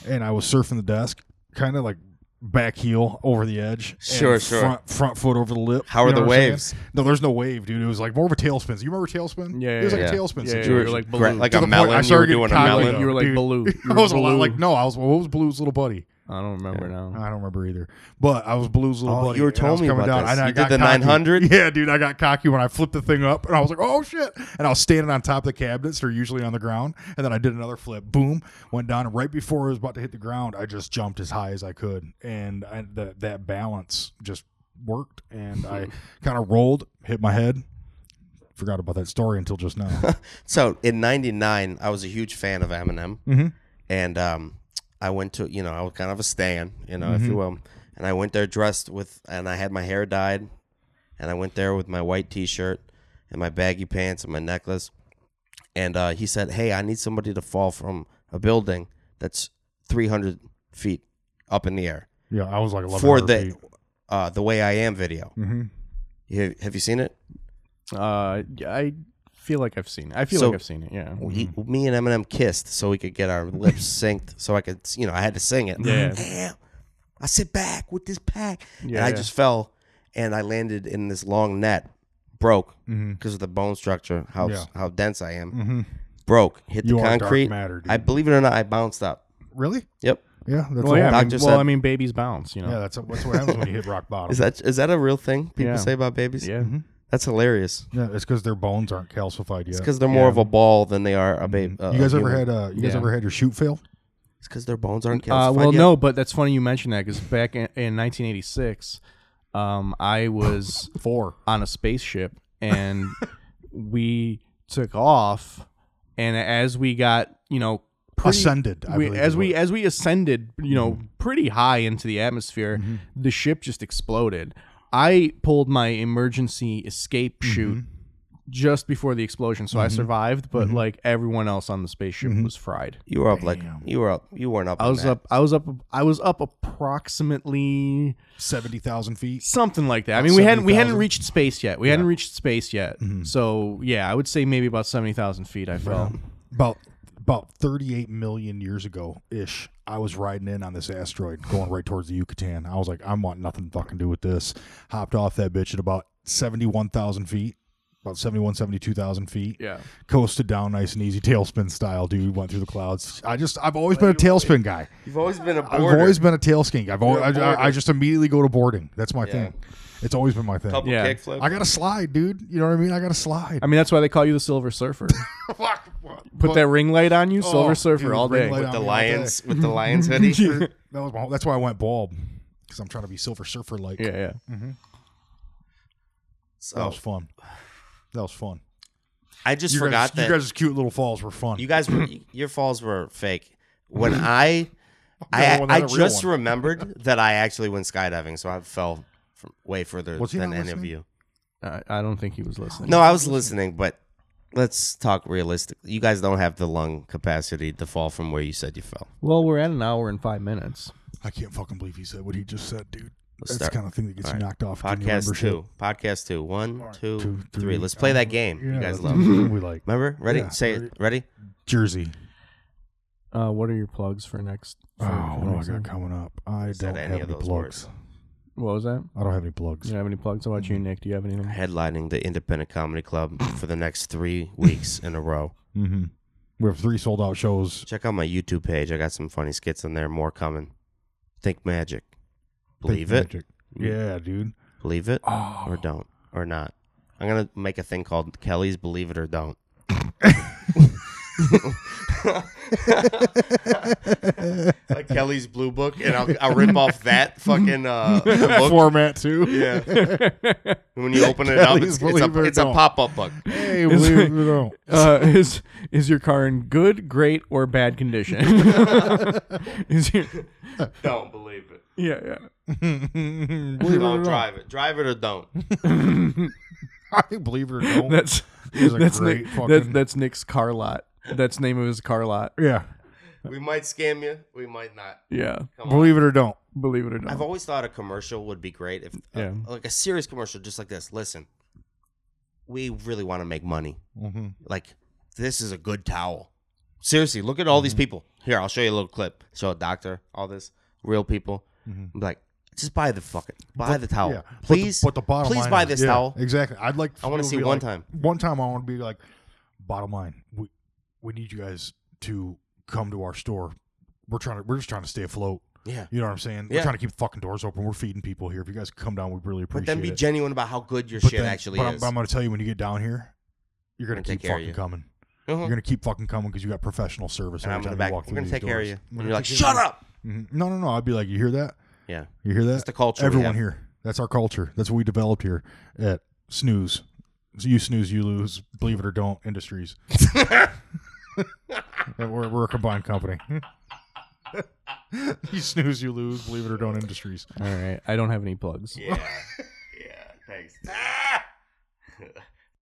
B: And I was surfing the desk, kind of like back heel over the edge. and
C: Sure, sure.
B: Front, front foot over the lip.
C: How
B: You
C: are
B: know
C: the
B: what I'm saying?
C: waves?
B: No, there's no wave, dude. It was like more of a tailspin. You remember tailspin?
D: Yeah,
B: it was
D: yeah,
B: like a
C: yeah.
B: tailspin.
D: Yeah, yeah,
B: situation.
D: you were like
C: Correct,
D: balloon.
C: like
B: To
C: a
B: the point I
C: melon. You were
B: started getting
C: doing a
B: cocky.
D: You were like-
C: melon.
D: you were like
B: Dude.
D: Baloo. You
B: I
D: were
B: was a lot
D: Baloo.
B: like no. I was what was Blue's little buddy?
D: I don't remember now.
B: I don't remember either. But I was Blue's little
C: Oh,
B: buddy.
C: you were
B: and I
C: telling
B: was
C: me
B: coming
C: about
B: down,
C: this.
B: and I
C: You did
B: got
C: the
B: cocky.
C: 900?
B: Yeah, dude, I got cocky when I flipped the thing up, and I was like, "Oh shit!" And I was standing on top of the cabinets; they're usually on the ground. And then I did another flip. Boom! Went down, and right before it was about to hit the ground, I just jumped as high as I could, and I, the, that balance just worked. And I kind of rolled, hit my head. Forgot about that story until just now.
C: So in 99, I was a huge fan of Eminem.
D: Mm-hmm.
C: And um, I went to, you know, I was kind of a stan, you know,
D: Mm-hmm.
C: if you will. And I went there dressed with, and I had my hair dyed. And I went there with my white t shirt and my baggy pants and my necklace. And uh, he said, Hey, I need somebody to fall from a building that's 300 feet up in the air
B: yeah, I was like eleven.
C: for the uh, the way I am video.
B: hmm
C: Have, have you seen it?
D: Uh, I feel like I've seen. It. I feel
C: So-
D: like I've seen it. Yeah.
B: Mm-hmm.
C: He, me and Eminem kissed so we could get our lips synced. So I could, you know, I had to sing it.
D: Yeah.
C: Damn, I sit back with this pack, and
D: Yeah,
C: I
D: yeah.
C: just fell, and I landed in this long net, broke
B: Mhm.
C: because of the bone structure, how
B: Yeah.
C: how dense I am.
B: hmm
C: Broke, hit
B: You
C: the
B: are dark
C: concrete.
B: matter, dude.
C: I believe it or not, I bounced up.
B: Really?
C: Yep.
B: Yeah, that's
D: Well,
B: all.
D: yeah. I mean,
C: Doctor
D: well,
C: said-
D: I mean, babies bounce. You know.
B: Yeah, that's, that's what happens when you hit rock bottom.
C: Is that is that a real thing people
D: Yeah.
C: say about babies?
D: Yeah.
C: That's hilarious.
B: Yeah, it's because their bones aren't calcified yet.
C: It's because they're more of a ball than they are a baby.
B: you guys ever had uh, you guys
D: Yeah.
B: ever had your shoot fail?
C: It's because their bones aren't calcified.
D: Uh, well,
C: yet.
D: no, but that's funny you mentioned that because back in, in 1986, um, I was
B: Four.
D: on a spaceship and we took off, and as we got, you know, pretty-
B: Ascended, I
D: we-
B: believe
D: as
B: it
D: we
B: was.
D: Mm-hmm. as we ascended, you know, pretty high into the atmosphere, the ship just exploded. I pulled my emergency escape chute just before the explosion, so I survived. But like everyone else on the spaceship was fried.
C: You were up like you were up. You weren't up.
D: Mm-hmm. I was up. I was up. I was up approximately
B: Seventy thousand feet.
D: something like that. I mean, we hadn't we hadn't
B: 70,000.
D: reached space yet. We hadn't reached space yet. So yeah, I would say maybe about seventy thousand feet. I fell.
B: about about 38 million years ago ish i was riding in on this asteroid going right towards the yucatan i was like i want nothing to fucking do with this hopped off that bitch at about 71000 feet about 71 72000 feet
D: Yeah.
B: coasted down nice and easy tailspin style dude went through the clouds i just i've always been a tailspin guy
C: You've always been a
B: i've
C: boarder.
B: always been a tailskink i've always
C: You're a
B: I, I,
C: boarder.
B: just immediately go to boarding that's my
C: Yeah.
B: thing it's always been my thing
C: couple
D: Yeah.
C: kickflips.
B: i gotta slide dude you know what i mean i gotta slide
D: I mean, that's why they call you the Silver Surfer.
B: Fuck.
D: Put that ring light on you,
B: Oh,
D: Silver Surfer,
B: dude,
D: all
B: ring
D: day.
B: light
C: with
B: on
C: the
B: me all
C: lions
B: day.
C: with the lions hoodie.
B: that was my, that's why I went bald because I'm trying to be Silver Surfer like.
D: Yeah, yeah.
B: That
C: So
B: was fun. That was fun.
C: I just
B: You
C: forgot
B: guys, you
C: that
B: guys' cute little falls were fun.
C: you guys were your falls were fake. When I I,
B: No, not
C: I
B: a real
C: just
B: one.
C: remembered that I actually went skydiving, so I fell from way further
B: Was he
C: than
B: not
C: any of
B: listening?
C: you.
D: I, I don't think he was listening.
C: No, I was listening, but let's talk realistically. You guys don't have the lung capacity to fall from where you said you fell.
D: Well, we're at an hour and five minutes.
B: I can't fucking believe he said what he just said, dude. That's
C: Let's start.
B: the kind of thing that gets
C: All
B: you
C: right.
B: knocked off. in your
C: Podcast
B: membership.
C: two. Podcast two. One, two,
B: two,
C: three.
B: three. Uh-huh.
C: Let's play that game.
B: Yeah,
C: you guys
B: that's
C: love.
B: the thing we like
C: Remember? Ready?
B: Yeah.
C: Say it. Ready?
B: Jersey.
D: Uh, what are your plugs for next?
B: Oh,
D: For, for
B: what
D: next
B: do I got
D: time?
B: coming up? I
C: Said
B: don't
C: any
B: have
C: of
B: any
C: those
B: plugs.
C: words.
D: What was that?
B: I don't have any plugs.
D: You don't have any plugs? How about you, Nick? Do you have anything?
C: Headlining the Independent Comedy Club for the next three weeks in a row.
B: Mm-hmm. We have three sold out shows.
C: Check out my YouTube page. I got some funny skits in there. More coming. Think magic. Believe
B: Think
C: it.
B: Magic. Yeah, dude.
C: Believe it
B: Oh,
C: or don't or not. I'm gonna make a thing called Kelly's Believe It or Don't. like Kelly's Blue Book, and I'll, I'll rip off that fucking uh, book.
B: format too.
C: Yeah. When you open it up,
B: Kelly's
C: it's, it's
B: Believe It or
C: a, it's a
B: Don't.
C: pop up book.
B: Hey, believe it or don't.
D: Uh, is is your car in good, great, or bad condition? is your
C: Don't believe it.
D: yeah yeah.
B: believe it or
C: Don't
B: not.
C: drive it. Drive it or don't.
B: I believe it or don't.
D: That's
B: He's a
D: that's
B: great
D: Nick. That's,
B: fucking-
D: that's Nick's car lot. That's the name of his car lot.
B: yeah.
C: We might scam you. We might not.
D: Yeah,
C: Come on.
B: Believe it or don't.
D: believe it or not.
C: I've always thought a commercial would be great if uh,
D: Yeah.
C: like a serious commercial just like this. Listen, we really want to make money.
B: Mm-hmm.
C: Like this is a good towel. Seriously, look at all
B: Mm-hmm.
C: these people. Here, I'll show you a little clip. Show a doctor, all this real people. I'm like, just buy the fucking buy the towel,
B: Yeah. But the-
C: Mm-hmm. please.
B: But the, bottom
C: please
B: line
C: buy
B: is-
C: this
B: yeah,
C: towel.
B: Exactly. I'd like.
C: I wanna
B: to
C: see
B: be
C: one
B: like-
C: time.
B: One time, I want to be like, bottom line, we we need you guys to come to our store. We're trying to. We're just trying to stay afloat.
C: Yeah,
B: You know what I'm saying?
C: Yeah.
B: We're trying to keep the fucking doors open. We're feeding people here. If you guys come down, we really
C: but
B: appreciate
C: then be
B: it.
C: genuine about how good your
B: But
C: shit
B: then-
C: actually
B: but I'm,
C: is. Uh-huh.
B: but I'm going to tell you when you get down here, you're going to
C: We're gonna
B: keep
C: take care of
B: fucking
C: you.
B: coming.
C: Uh-huh.
B: You're going to keep fucking coming because you got professional service.
C: and I'm
B: every
C: in the
B: time you
C: back.
B: walk
C: We're
B: through
C: gonna
B: these
C: take care of
B: doors.
C: you.
B: We're
C: And
B: gonna
C: you're like,
B: take
C: shut
B: care of
C: up.
B: you. Mhm. No, no, no. I'd be like, you hear that?
C: Yeah,
B: You hear that?
C: it's the culture. we
B: Everyone
C: have.
B: here. That's our culture. That's what we developed here at Snooze. So you snooze, you lose. Believe it or don't, Industries. And we're, we're a combined company. you snooze, you lose. Believe it or don't, Industries.
D: All right, I don't have any plugs.
C: Yeah. yeah. Thanks.